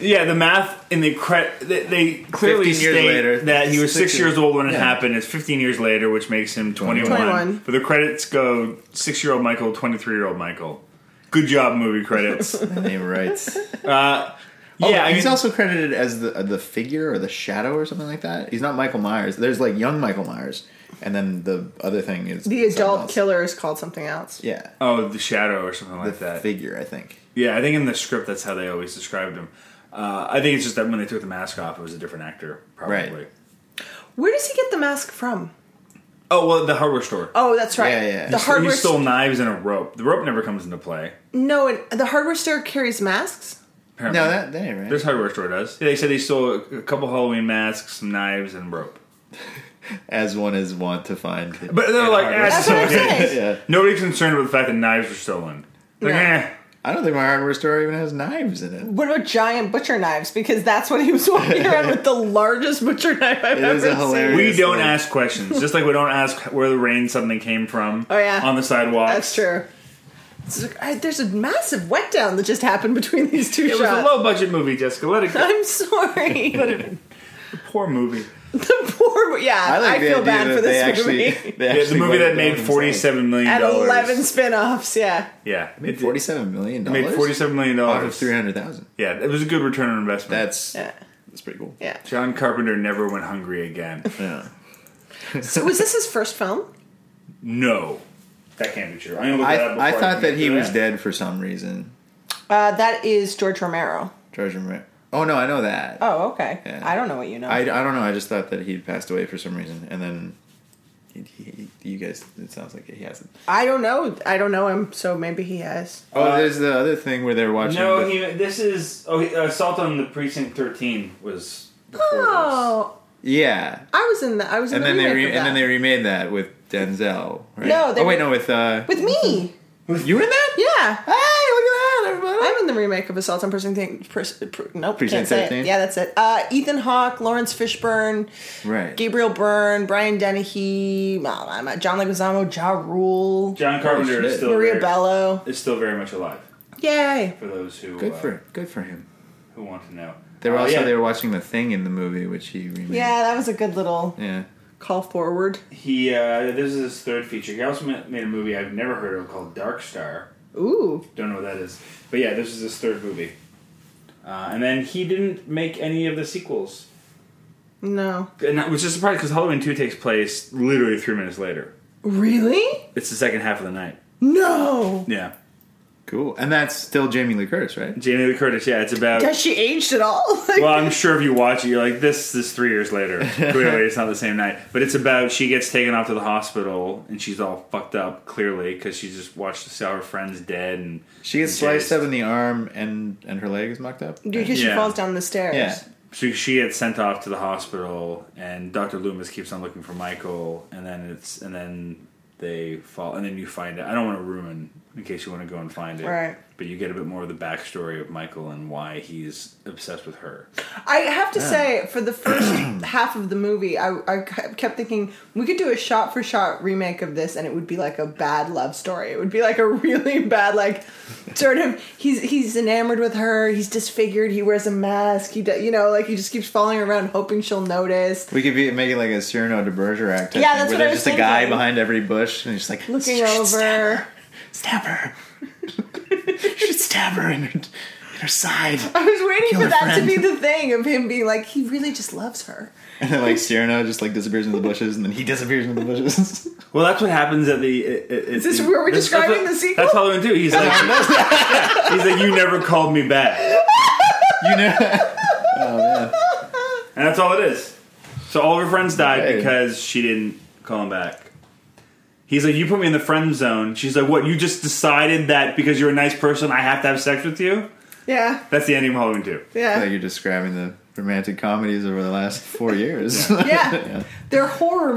[SPEAKER 2] (coughs) yeah, the math and the cre- they, they clearly
[SPEAKER 3] 15 years
[SPEAKER 2] state
[SPEAKER 3] later.
[SPEAKER 2] that he was six
[SPEAKER 3] Six
[SPEAKER 2] years
[SPEAKER 3] years.
[SPEAKER 2] old when it
[SPEAKER 3] Yeah.
[SPEAKER 2] happened. It's 15 years later, which makes him 21.
[SPEAKER 4] 21.
[SPEAKER 2] But the credits go six year old Michael, 23 year old Michael. Good job, movie
[SPEAKER 3] (laughs)
[SPEAKER 2] credits. yeah, (laughs)
[SPEAKER 3] name rights.
[SPEAKER 2] I
[SPEAKER 3] Oh, he's
[SPEAKER 2] mean,
[SPEAKER 3] also credited as the uh, the figure or the shadow or something like that. He's not Michael Myers. There's like young Michael Myers, and then the other thing is
[SPEAKER 4] the
[SPEAKER 3] something
[SPEAKER 4] adult
[SPEAKER 3] else.
[SPEAKER 4] killer is called something else.
[SPEAKER 3] Yeah,
[SPEAKER 2] oh, the shadow or something like that.
[SPEAKER 3] figure. I think.
[SPEAKER 2] Yeah, I think in the script that's how they always described him. Uh, I think it's just that when they took the mask off, it was a different actor, probably.
[SPEAKER 3] Right.
[SPEAKER 4] Where does he get the mask from?
[SPEAKER 2] Oh well, the hardware store.
[SPEAKER 4] Oh, that's right.
[SPEAKER 3] Yeah, yeah.
[SPEAKER 4] The
[SPEAKER 3] He-
[SPEAKER 4] hardware
[SPEAKER 2] he stole
[SPEAKER 4] st-
[SPEAKER 2] knives and a rope. The rope never comes into play.
[SPEAKER 4] no, and the hardware store carries masks.
[SPEAKER 2] Apparently.
[SPEAKER 3] No, that that ain't
[SPEAKER 2] this
[SPEAKER 3] right.
[SPEAKER 2] hardware store does. Yeah, they said they stole a, a couple Halloween masks, some knives, and rope.
[SPEAKER 3] As one is wont to find.
[SPEAKER 2] (laughs) But they're
[SPEAKER 3] in a
[SPEAKER 2] like,
[SPEAKER 3] hardware
[SPEAKER 2] "Ah,
[SPEAKER 4] That's what I'm
[SPEAKER 2] store."
[SPEAKER 3] (laughs)
[SPEAKER 4] saying.
[SPEAKER 3] yeah,
[SPEAKER 2] nobody's concerned with the fact that knives were stolen. Like,
[SPEAKER 4] No.
[SPEAKER 2] eh.
[SPEAKER 3] I don't think my hardware store even has knives in it.
[SPEAKER 4] What about giant butcher knives? Because that's what he was
[SPEAKER 3] (laughs)
[SPEAKER 4] walking around with the largest butcher knife I've
[SPEAKER 3] It
[SPEAKER 4] ever
[SPEAKER 3] is a hilarious-
[SPEAKER 4] seen.
[SPEAKER 2] We
[SPEAKER 3] It's
[SPEAKER 2] don't
[SPEAKER 3] like-
[SPEAKER 2] ask questions, just like we don't ask where the rain suddenly came from.
[SPEAKER 4] Oh, yeah.
[SPEAKER 2] on the sidewalk.
[SPEAKER 4] That's truu there's a massive wet down that just happened between these two
[SPEAKER 2] It was
[SPEAKER 4] shots.
[SPEAKER 2] a low budget movie, Jessica. Let it go.
[SPEAKER 4] I'm sorry.
[SPEAKER 2] Poor movie.
[SPEAKER 4] (laughs) the poor. Yeah, I,
[SPEAKER 3] I like the
[SPEAKER 4] feel
[SPEAKER 3] idea
[SPEAKER 4] bad
[SPEAKER 3] that
[SPEAKER 4] for
[SPEAKER 3] they
[SPEAKER 4] this
[SPEAKER 3] actually,
[SPEAKER 4] movie.
[SPEAKER 3] (laughs) they
[SPEAKER 2] Yeah, the
[SPEAKER 3] actually
[SPEAKER 2] movie
[SPEAKER 3] went
[SPEAKER 2] that
[SPEAKER 3] and
[SPEAKER 2] made
[SPEAKER 3] filmed
[SPEAKER 2] forty-seven million
[SPEAKER 4] (laughs) At
[SPEAKER 2] dollars.
[SPEAKER 4] 11 spin offs, yeah.
[SPEAKER 2] yeah, it
[SPEAKER 3] themselves. forty-seven million dollars.
[SPEAKER 2] made forty-seven million
[SPEAKER 3] off of
[SPEAKER 2] dollars.
[SPEAKER 3] three hundred thousand.
[SPEAKER 2] Yeah, it was a good return on investment.
[SPEAKER 3] That's
[SPEAKER 4] Yeah.
[SPEAKER 3] that's pretty cool.
[SPEAKER 4] Yeah.
[SPEAKER 2] John Carpenter never went hungry
[SPEAKER 3] (laughs)
[SPEAKER 2] again.
[SPEAKER 3] Yeah.
[SPEAKER 4] So was this his first film?
[SPEAKER 2] no, that can't be true. I'm gonna look that up
[SPEAKER 3] I, I
[SPEAKER 2] before
[SPEAKER 3] thought
[SPEAKER 2] can
[SPEAKER 3] that he
[SPEAKER 2] do
[SPEAKER 3] was dead for some reason.
[SPEAKER 4] Uh, that is George Romero.
[SPEAKER 3] George Romero. Oh no, I know that.
[SPEAKER 4] Oh, okay.
[SPEAKER 3] Yeah.
[SPEAKER 4] I don't know what you know.
[SPEAKER 3] I, I don't know. I just thought that he'd passed away for some reason, and then he, he, you guys. It sounds like he hasn't.
[SPEAKER 4] I don't know. I don't know him, so maybe he has.
[SPEAKER 3] Oh,
[SPEAKER 2] Uh,
[SPEAKER 3] there's the other thing where they're watching.
[SPEAKER 2] No,
[SPEAKER 3] but-
[SPEAKER 2] he, this is oh, he- Assault on the Precinct 13 was before
[SPEAKER 4] Oh,
[SPEAKER 3] yeah,
[SPEAKER 4] I was in the. I was in
[SPEAKER 3] and
[SPEAKER 4] the
[SPEAKER 3] then they
[SPEAKER 4] remake
[SPEAKER 3] re-
[SPEAKER 4] of
[SPEAKER 3] and then
[SPEAKER 4] that.
[SPEAKER 3] they remade that with Denzel. Right?
[SPEAKER 4] No, they
[SPEAKER 3] oh wait,
[SPEAKER 4] re-
[SPEAKER 3] no, with uh,
[SPEAKER 4] with me.
[SPEAKER 3] you were in that.
[SPEAKER 4] Yeah.
[SPEAKER 3] Hey, look at that, everybody!
[SPEAKER 4] I'm in the remake of Assault on Person Thing. Pers- pr- nope,
[SPEAKER 3] Precinct
[SPEAKER 4] can't say
[SPEAKER 3] 13?
[SPEAKER 4] it. Yeah, that's it. Uh, Ethan Hawke, Lawrence Fishburne,
[SPEAKER 3] right.
[SPEAKER 4] Gabriel Byrne, Brian Dennehy, blah, blah, blah, John Leguizamo, Ja Rule,
[SPEAKER 2] this. John Carpenter is
[SPEAKER 3] Oh, shit.
[SPEAKER 2] still
[SPEAKER 4] Maria
[SPEAKER 2] very,
[SPEAKER 4] Bello.
[SPEAKER 2] is still very much alive
[SPEAKER 4] Yay!
[SPEAKER 2] for those who
[SPEAKER 3] Good
[SPEAKER 2] uh,
[SPEAKER 3] for good for him.
[SPEAKER 2] who want to know.
[SPEAKER 3] They were
[SPEAKER 2] Uh,
[SPEAKER 3] also
[SPEAKER 2] yeah,
[SPEAKER 3] they were watching the thing in the movie, which he remade.
[SPEAKER 4] Yeah, that was a good little
[SPEAKER 3] yeah.
[SPEAKER 4] call forward.
[SPEAKER 2] He uh, this is his third feature. He also ma- made a movie I've never heard of called Dark Star.
[SPEAKER 4] Ooh.
[SPEAKER 2] Don't know what that is. But yeah, this is his third movie. Uh, and then he didn't make any of the sequels.
[SPEAKER 4] No.
[SPEAKER 2] And I was just surprised because Halloween 2 takes place literally three minutes later.
[SPEAKER 4] Really?
[SPEAKER 2] It's the second half of the night.
[SPEAKER 4] No.
[SPEAKER 2] Yeah.
[SPEAKER 3] Cool. And that's still Jamie Lee Curtis, right?
[SPEAKER 2] Jamie Lee Curtis. Yeah, it's about.
[SPEAKER 4] Has she aged at all? (laughs) Like,
[SPEAKER 2] Uh, Well, I'm sure if you watch it, you're like, this is three years
[SPEAKER 3] (laughs)
[SPEAKER 2] later. Clearly, it's not the same night. But it's about she gets taken off to the hospital and she's all fucked up, clearly, because she just watched to see all her friends dead. And
[SPEAKER 3] She gets
[SPEAKER 2] and
[SPEAKER 3] sliced
[SPEAKER 2] Jay's-
[SPEAKER 3] up in the arm and and her leg is mucked up.
[SPEAKER 4] because she
[SPEAKER 2] Yeah.
[SPEAKER 4] falls down the stairs.
[SPEAKER 3] Yeah.
[SPEAKER 2] She, she gets sent off to the hospital, and Doctor Loomis keeps on looking for Michael, and then it's and then they fall, and then you find it. I don't want to ruin in case you want to go and find it,
[SPEAKER 4] Right.
[SPEAKER 2] But you get a bit more of the backstory of Michael and why he's obsessed with her.
[SPEAKER 4] I have to say, for the first half of the movie, I, I kept thinking we could do a shot for shot remake of this, and it would be like a bad love story. It would be like a (laughs) really bad, like, sort of he's he's enamored with her, he's disfigured, he wears a mask, he do, you know, like he just keeps following her around, hoping she'll notice.
[SPEAKER 3] We could be, make it like a Cyrano de Bergerac. Type
[SPEAKER 4] Yeah,
[SPEAKER 3] thing,
[SPEAKER 4] that's
[SPEAKER 3] where
[SPEAKER 4] what
[SPEAKER 3] there's
[SPEAKER 4] I was
[SPEAKER 3] just a guy
[SPEAKER 4] thinking.
[SPEAKER 3] behind every bush and he's just like
[SPEAKER 4] Looking
[SPEAKER 3] "You should
[SPEAKER 4] over,
[SPEAKER 3] Stab her. (laughs) you should stab her in her, in her side.
[SPEAKER 4] (laughs) I was waiting
[SPEAKER 3] Kill
[SPEAKER 4] for
[SPEAKER 3] her
[SPEAKER 4] that
[SPEAKER 3] friend.
[SPEAKER 4] to be the thing of him being like, he really just loves her.
[SPEAKER 3] And then like Cyrano just like disappears into the bushes and then he disappears into the bushes. (laughs)
[SPEAKER 2] Well, that's what happens at the. It, it, Is
[SPEAKER 4] this where we're describing the sequel?
[SPEAKER 2] That's Halloween too. He's like, (laughs) Yeah, he's like, you never called me back,
[SPEAKER 3] you know.
[SPEAKER 2] and that's all it is. So all of her friends died
[SPEAKER 3] Okay.
[SPEAKER 2] because she didn't call him back. He's like, you put me in the friend zone. She's like, what? You just decided that because you're a nice person, I have to have sex with you.
[SPEAKER 4] Yeah,
[SPEAKER 2] That's the ending of Halloween too.
[SPEAKER 4] yeah.
[SPEAKER 3] like (laughs) you're describing the romantic comedies over the last four years.
[SPEAKER 4] Yeah. They're horror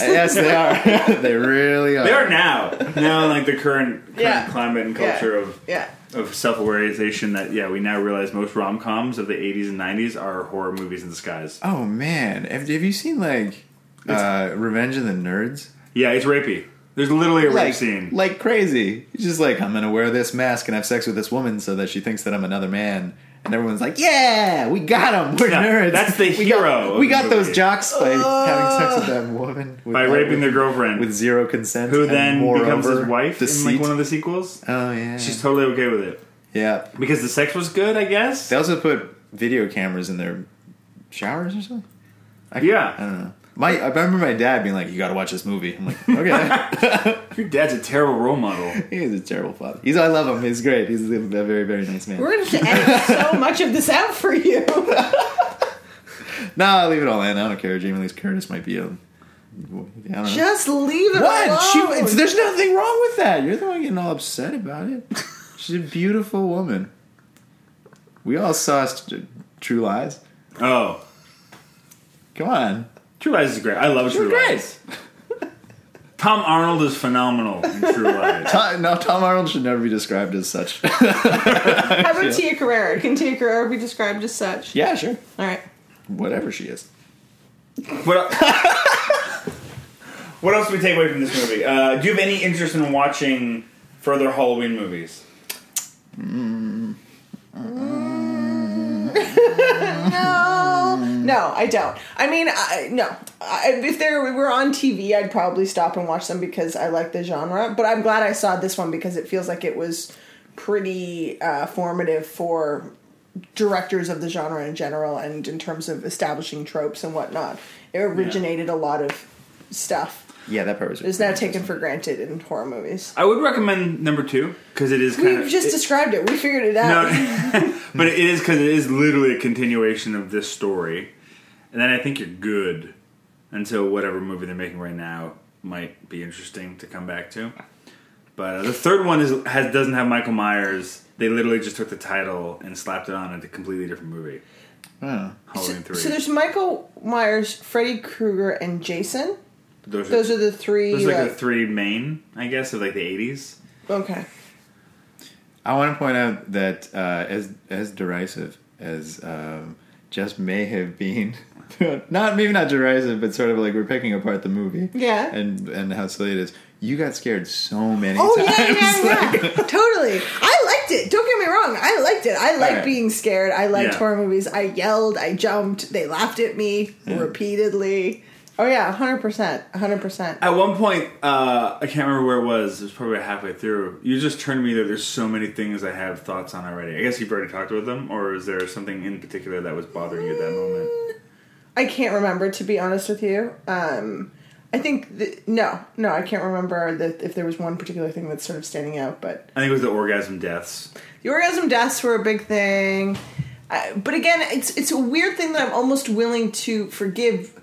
[SPEAKER 3] (laughs) yes, they are. (laughs) they really are.
[SPEAKER 2] They are now,
[SPEAKER 3] (laughs)
[SPEAKER 2] now in like the current, current
[SPEAKER 4] (laughs) Yeah.
[SPEAKER 2] climate and culture of
[SPEAKER 4] yeah.
[SPEAKER 2] of self-awareization that yeah we now realize most rom-coms of the 80s and 90s are horror movies in disguise
[SPEAKER 3] Oh man, have, have you seen like uh, Revenge of the Nerds?
[SPEAKER 2] yeah it's rapey there's literally a rape
[SPEAKER 3] Like,
[SPEAKER 2] scene
[SPEAKER 3] like crazy. He's just like, I'm gonna wear this mask and have sex with this woman so that she thinks that I'm another man. And everyone's like, Yeah, we got him. We're
[SPEAKER 2] Yeah,
[SPEAKER 3] nerds.
[SPEAKER 2] that's the
[SPEAKER 3] (laughs) We got-
[SPEAKER 2] hero of
[SPEAKER 3] We
[SPEAKER 2] the
[SPEAKER 3] got,
[SPEAKER 2] movie. Oh.
[SPEAKER 3] those jocks by having sex with that woman
[SPEAKER 2] by
[SPEAKER 3] without-
[SPEAKER 2] raping their girlfriend
[SPEAKER 3] with zero consent.
[SPEAKER 2] who
[SPEAKER 3] and
[SPEAKER 2] then becomes
[SPEAKER 3] moreover,
[SPEAKER 2] his wife in
[SPEAKER 3] deceit.
[SPEAKER 2] like one of the sequels
[SPEAKER 3] oh yeah,
[SPEAKER 2] she's totally okay with it
[SPEAKER 3] yeah.
[SPEAKER 2] because the sex was good i guess
[SPEAKER 3] They also put video cameras in their showers or something. I,
[SPEAKER 2] Yeah.
[SPEAKER 3] I don't know. My I remember my dad being like, "You got to watch this movie." I'm
[SPEAKER 2] (laughs)
[SPEAKER 3] like, "Okay." (laughs)
[SPEAKER 2] your dad's a terrible role model (laughs)
[SPEAKER 3] He's a terrible father. He's I love him. He's great. He's a very very nice man.
[SPEAKER 4] We're going to have to edit (laughs) so much of this out for you.
[SPEAKER 3] No, I'll leave it all in. I don't care. Jamie Lee Curtis might be a. I don't know.
[SPEAKER 4] Just leave it alone.
[SPEAKER 3] what? She, it's, there's nothing wrong with that. You're the one getting all upset about it. She's a beautiful woman. We all saw st- True Lies.
[SPEAKER 2] oh
[SPEAKER 3] Come on.
[SPEAKER 2] true lies is great i love true, lies tom arnold is phenomenal in (laughs) true lies
[SPEAKER 3] Tom, no, Tom Arnold should never be described as such.
[SPEAKER 4] How about Tia Carrera? Can Tia Carrera be described as such?
[SPEAKER 3] yeah, sure.
[SPEAKER 4] All right.
[SPEAKER 3] Whatever she is.
[SPEAKER 2] what, el- what else do we take away from this movie uh, do you have any interest in watching further halloween movies
[SPEAKER 4] No, I don't. I mean, I, no. I, if they were on TV, I'd probably stop and watch them because I like the genre. But I'm glad I saw this one because it feels like it was pretty uh, formative for directors of the genre in general and in terms of establishing tropes and whatnot. It originated a lot of stuff
[SPEAKER 3] Yeah, that part was.
[SPEAKER 4] that is now taken for granted in horror movies.
[SPEAKER 2] i would recommend number two because it is kind
[SPEAKER 4] We've
[SPEAKER 2] of
[SPEAKER 4] just
[SPEAKER 2] it-
[SPEAKER 4] described it. We figured it out. (laughs)
[SPEAKER 2] No, but it is because it is literally a continuation of this story, and then I think you're good until whatever movie they're making right now might be interesting to come back to. But uh, the third one is has doesn't have Michael Myers. They literally just took the title and slapped it on a completely different movie. Halloween three.
[SPEAKER 4] So there's Michael Myers, Freddy Krueger, and Jason.
[SPEAKER 2] those,
[SPEAKER 4] Those
[SPEAKER 2] are,
[SPEAKER 4] are the uh, three.
[SPEAKER 2] those are like the
[SPEAKER 4] like-
[SPEAKER 2] three main, I guess, of like the eighties.
[SPEAKER 4] Okay.
[SPEAKER 3] I want to point out that uh, as as derisive as um, just may have been, (laughs) not maybe not derisive, but sort of like we're picking apart the movie,
[SPEAKER 4] Yeah.
[SPEAKER 3] and and how silly it is. You got scared so many
[SPEAKER 4] Oh
[SPEAKER 3] times.
[SPEAKER 4] yeah,
[SPEAKER 3] (laughs)
[SPEAKER 2] (laughs)
[SPEAKER 4] yeah, yeah. totally. I liked it. Don't get me wrong. I liked it. I liked
[SPEAKER 3] Alright.
[SPEAKER 4] being scared. I liked
[SPEAKER 2] Yeah.
[SPEAKER 4] horror movies. I yelled. I jumped. They laughed at me repeatedly. Oh yeah, hundred percent, hundred percent.
[SPEAKER 2] At one point, uh, I can't remember where it was. It was probably halfway through. You just turned to me that there's so many things I have thoughts on already. I guess you've already talked about them, or is there something in particular that was bothering you at that moment?
[SPEAKER 4] I can't remember to be honest with you. Um, I think the, no, no, I can't remember that if there was one particular thing that's sort of standing out, but
[SPEAKER 2] I think it was the orgasm deaths.
[SPEAKER 4] the orgasm deaths were a big thing. Uh, but again, it's it's a weird thing that I'm almost willing to forgive,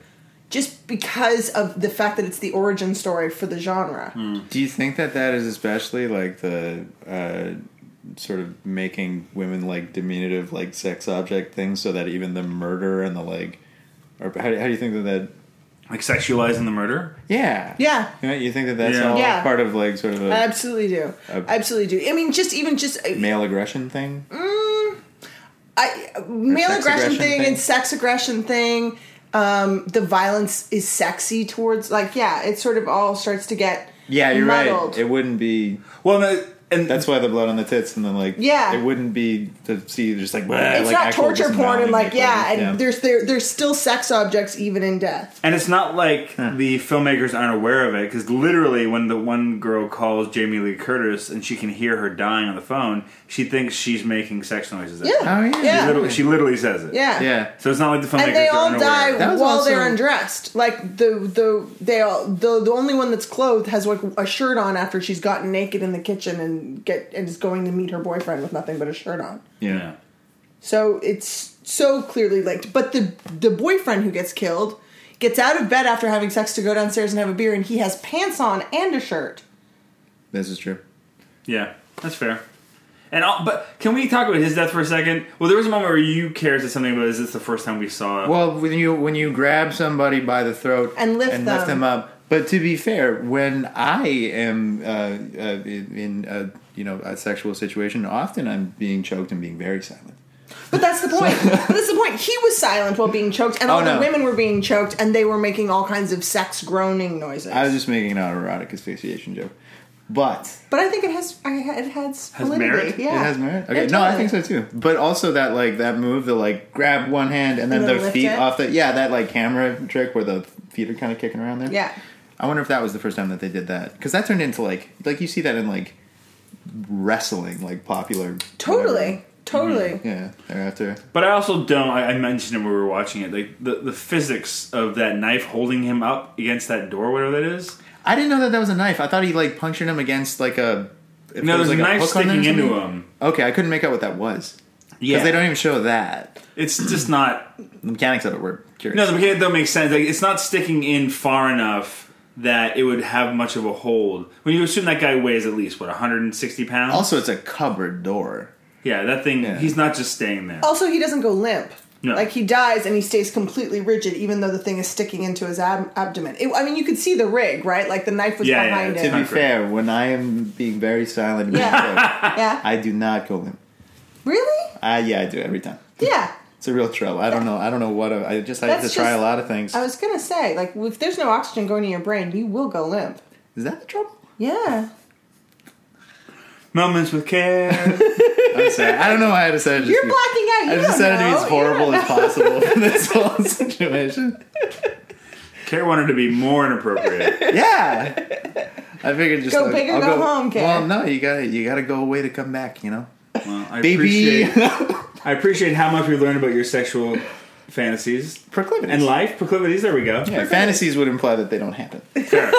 [SPEAKER 4] just because of the fact that it's the origin story for the genre.
[SPEAKER 3] Do you think that that is especially like the uh, sort of making women like diminutive like sex object things, so that even the murder and the like, or how, do- how do you think that that?
[SPEAKER 2] Like sexualizing the murder?
[SPEAKER 3] Yeah,
[SPEAKER 4] Yeah,
[SPEAKER 3] You, know, you think that that's
[SPEAKER 2] Yeah.
[SPEAKER 3] all
[SPEAKER 4] Yeah.
[SPEAKER 3] part of like sort of a
[SPEAKER 4] I absolutely do.
[SPEAKER 3] Uh,
[SPEAKER 4] I absolutely do. I mean, just even just uh,
[SPEAKER 3] male aggression thing?
[SPEAKER 4] Mm, I, male
[SPEAKER 3] sex
[SPEAKER 4] aggression,
[SPEAKER 3] aggression
[SPEAKER 4] thing,
[SPEAKER 3] thing.
[SPEAKER 4] and sex aggression thing. Um, the violence is sexy towards, like, yeah, it sort of all starts to get
[SPEAKER 3] Yeah, you're
[SPEAKER 4] muddled.
[SPEAKER 3] right. It wouldn't be.
[SPEAKER 2] Well, no, and
[SPEAKER 3] That's why the blood on the tits and then like
[SPEAKER 4] Yeah.
[SPEAKER 3] it wouldn't be to see just like
[SPEAKER 4] it's not torture porn, and like, yeah, and
[SPEAKER 3] there's
[SPEAKER 4] there's there, there's still sex objects even in death.
[SPEAKER 2] And it's not like the filmmakers aren't aware of it because literally, when the one girl calls Jamie Lee Curtis and she can hear her dying on the phone, she thinks she's making sex noises.
[SPEAKER 4] Yeah,
[SPEAKER 3] Oh, yeah.
[SPEAKER 2] She,
[SPEAKER 4] yeah,
[SPEAKER 2] literally, she literally says it.
[SPEAKER 4] yeah.
[SPEAKER 3] yeah.
[SPEAKER 2] So it's not like the filmmakers
[SPEAKER 4] And they
[SPEAKER 2] are
[SPEAKER 4] all
[SPEAKER 2] unaware.
[SPEAKER 4] die
[SPEAKER 3] That
[SPEAKER 4] while
[SPEAKER 3] was
[SPEAKER 4] they're
[SPEAKER 3] also-
[SPEAKER 4] undressed. Like the the they all the the only one that's clothed has like a shirt on after she's gotten naked in the kitchen and get and is going to meet her boyfriend with nothing but a shirt on.
[SPEAKER 2] Yeah.
[SPEAKER 4] So it's so clearly linked. But the the boyfriend who gets killed gets out of bed after having sex to go downstairs and have a beer, and he has pants on and a shirt.
[SPEAKER 3] This is true.
[SPEAKER 2] Yeah, that's fair. And all, but can we talk about his death for a second? Well, there was a moment where you cared to something about is this the first time we saw it?
[SPEAKER 3] Well, when you when you grab somebody by the throat
[SPEAKER 4] And lift them.
[SPEAKER 3] up. But to be fair, when I am uh, uh, in in a you know a sexual situation, often I'm being choked and being very silent.
[SPEAKER 4] But that's
[SPEAKER 3] (laughs)
[SPEAKER 4] the point. but that's the point. He was silent while being choked, and all
[SPEAKER 3] Oh,
[SPEAKER 4] the
[SPEAKER 3] no.
[SPEAKER 4] women were being choked, and they were making all kinds of sex groaning noises.
[SPEAKER 3] I was just making an autoerotic asphyxiation joke, but
[SPEAKER 4] but I think it has I ha- it has, validity.
[SPEAKER 2] merit?
[SPEAKER 4] Yeah,
[SPEAKER 3] It has merit. Okay,
[SPEAKER 4] It
[SPEAKER 3] no, I
[SPEAKER 4] totally-
[SPEAKER 3] think so too. But also that like that move, the like grab one hand and then
[SPEAKER 4] And then
[SPEAKER 3] the
[SPEAKER 4] lift
[SPEAKER 3] feet
[SPEAKER 4] it?
[SPEAKER 3] off the yeah, that like camera trick where the feet are kind of kicking around there.
[SPEAKER 4] Yeah.
[SPEAKER 3] I wonder if that was the first time that they did that because that turned into like like you see that in like wrestling, like popular.
[SPEAKER 4] Totally, totally.
[SPEAKER 3] whatever. Mm-hmm. Yeah. Thereafter.
[SPEAKER 2] But I also don't. I, I mentioned it when we were watching it. Like the, the physics of that knife holding him up against that door, whatever that is.
[SPEAKER 3] I didn't know that that was a knife. I thought he like punctured him against like a. if
[SPEAKER 2] No,
[SPEAKER 3] there was,
[SPEAKER 2] there's a
[SPEAKER 3] like,
[SPEAKER 2] knife
[SPEAKER 3] hook on there or
[SPEAKER 2] sticking into
[SPEAKER 3] something.
[SPEAKER 2] him.
[SPEAKER 3] Okay, I couldn't make out what that was because
[SPEAKER 2] Yeah,
[SPEAKER 3] they don't even show that.
[SPEAKER 2] It's just not.
[SPEAKER 3] The mechanics of it were curious.
[SPEAKER 2] No, the mechanic though makes sense. Like, it's not sticking in far enough that it would have much of a hold. When you assume that guy weighs at least what 160 pounds.
[SPEAKER 3] also, it's a cupboard door.
[SPEAKER 2] yeah, that thing.
[SPEAKER 3] Yeah.
[SPEAKER 2] He's not just staying there.
[SPEAKER 4] Also, he doesn't go limp.
[SPEAKER 2] No.
[SPEAKER 4] Like he dies and he stays completely rigid, even though the thing is sticking into his ab- abdomen. It, I mean, you could see the rig, right? Like the knife was
[SPEAKER 2] Yeah, yeah,
[SPEAKER 4] behind
[SPEAKER 2] it's
[SPEAKER 3] To
[SPEAKER 4] it.
[SPEAKER 3] be
[SPEAKER 2] Not great.
[SPEAKER 3] fair, when I am being very silent, and being
[SPEAKER 4] Yeah.
[SPEAKER 3] quiet,
[SPEAKER 4] yeah.
[SPEAKER 3] I do not go limp.
[SPEAKER 4] really?
[SPEAKER 3] Ah, yeah, I do every time.
[SPEAKER 4] Yeah.
[SPEAKER 3] It's a real trouble. I don't know. I don't know what. I I just I have to
[SPEAKER 4] That's
[SPEAKER 3] try
[SPEAKER 4] just-
[SPEAKER 3] a lot of things.
[SPEAKER 4] I was gonna say, like, if there's no oxygen going to your brain, you will go limp.
[SPEAKER 3] Is that the trouble?
[SPEAKER 4] Yeah.
[SPEAKER 2] Moments with care.
[SPEAKER 3] I'm sorry. I don't know why I decided.
[SPEAKER 4] You're
[SPEAKER 3] to be-
[SPEAKER 4] blacking out. You
[SPEAKER 3] I
[SPEAKER 4] don't
[SPEAKER 3] decided to
[SPEAKER 4] know.
[SPEAKER 3] be as horrible
[SPEAKER 4] Yeah.
[SPEAKER 3] as possible
[SPEAKER 4] (laughs)
[SPEAKER 3] for this whole situation.
[SPEAKER 2] care wanted to be more
[SPEAKER 3] (laughs)
[SPEAKER 2] inappropriate.
[SPEAKER 3] Yeah. I figured just
[SPEAKER 4] Go
[SPEAKER 3] like,
[SPEAKER 4] big or
[SPEAKER 3] I'll
[SPEAKER 4] go home, Kat.
[SPEAKER 3] Well, no, you got to you got to go away to come back. You know,
[SPEAKER 2] Well, I
[SPEAKER 3] baby.
[SPEAKER 4] (laughs)
[SPEAKER 2] appreciate. I appreciate how much we learned about your sexual fantasies
[SPEAKER 3] (laughs) Proclivities
[SPEAKER 2] and life proclivities. There we go.
[SPEAKER 3] Yeah, fantasies would imply that they don't happen.
[SPEAKER 2] (laughs) Fair.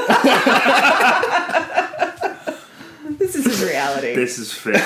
[SPEAKER 4] This is his reality.
[SPEAKER 2] this is fair.
[SPEAKER 4] I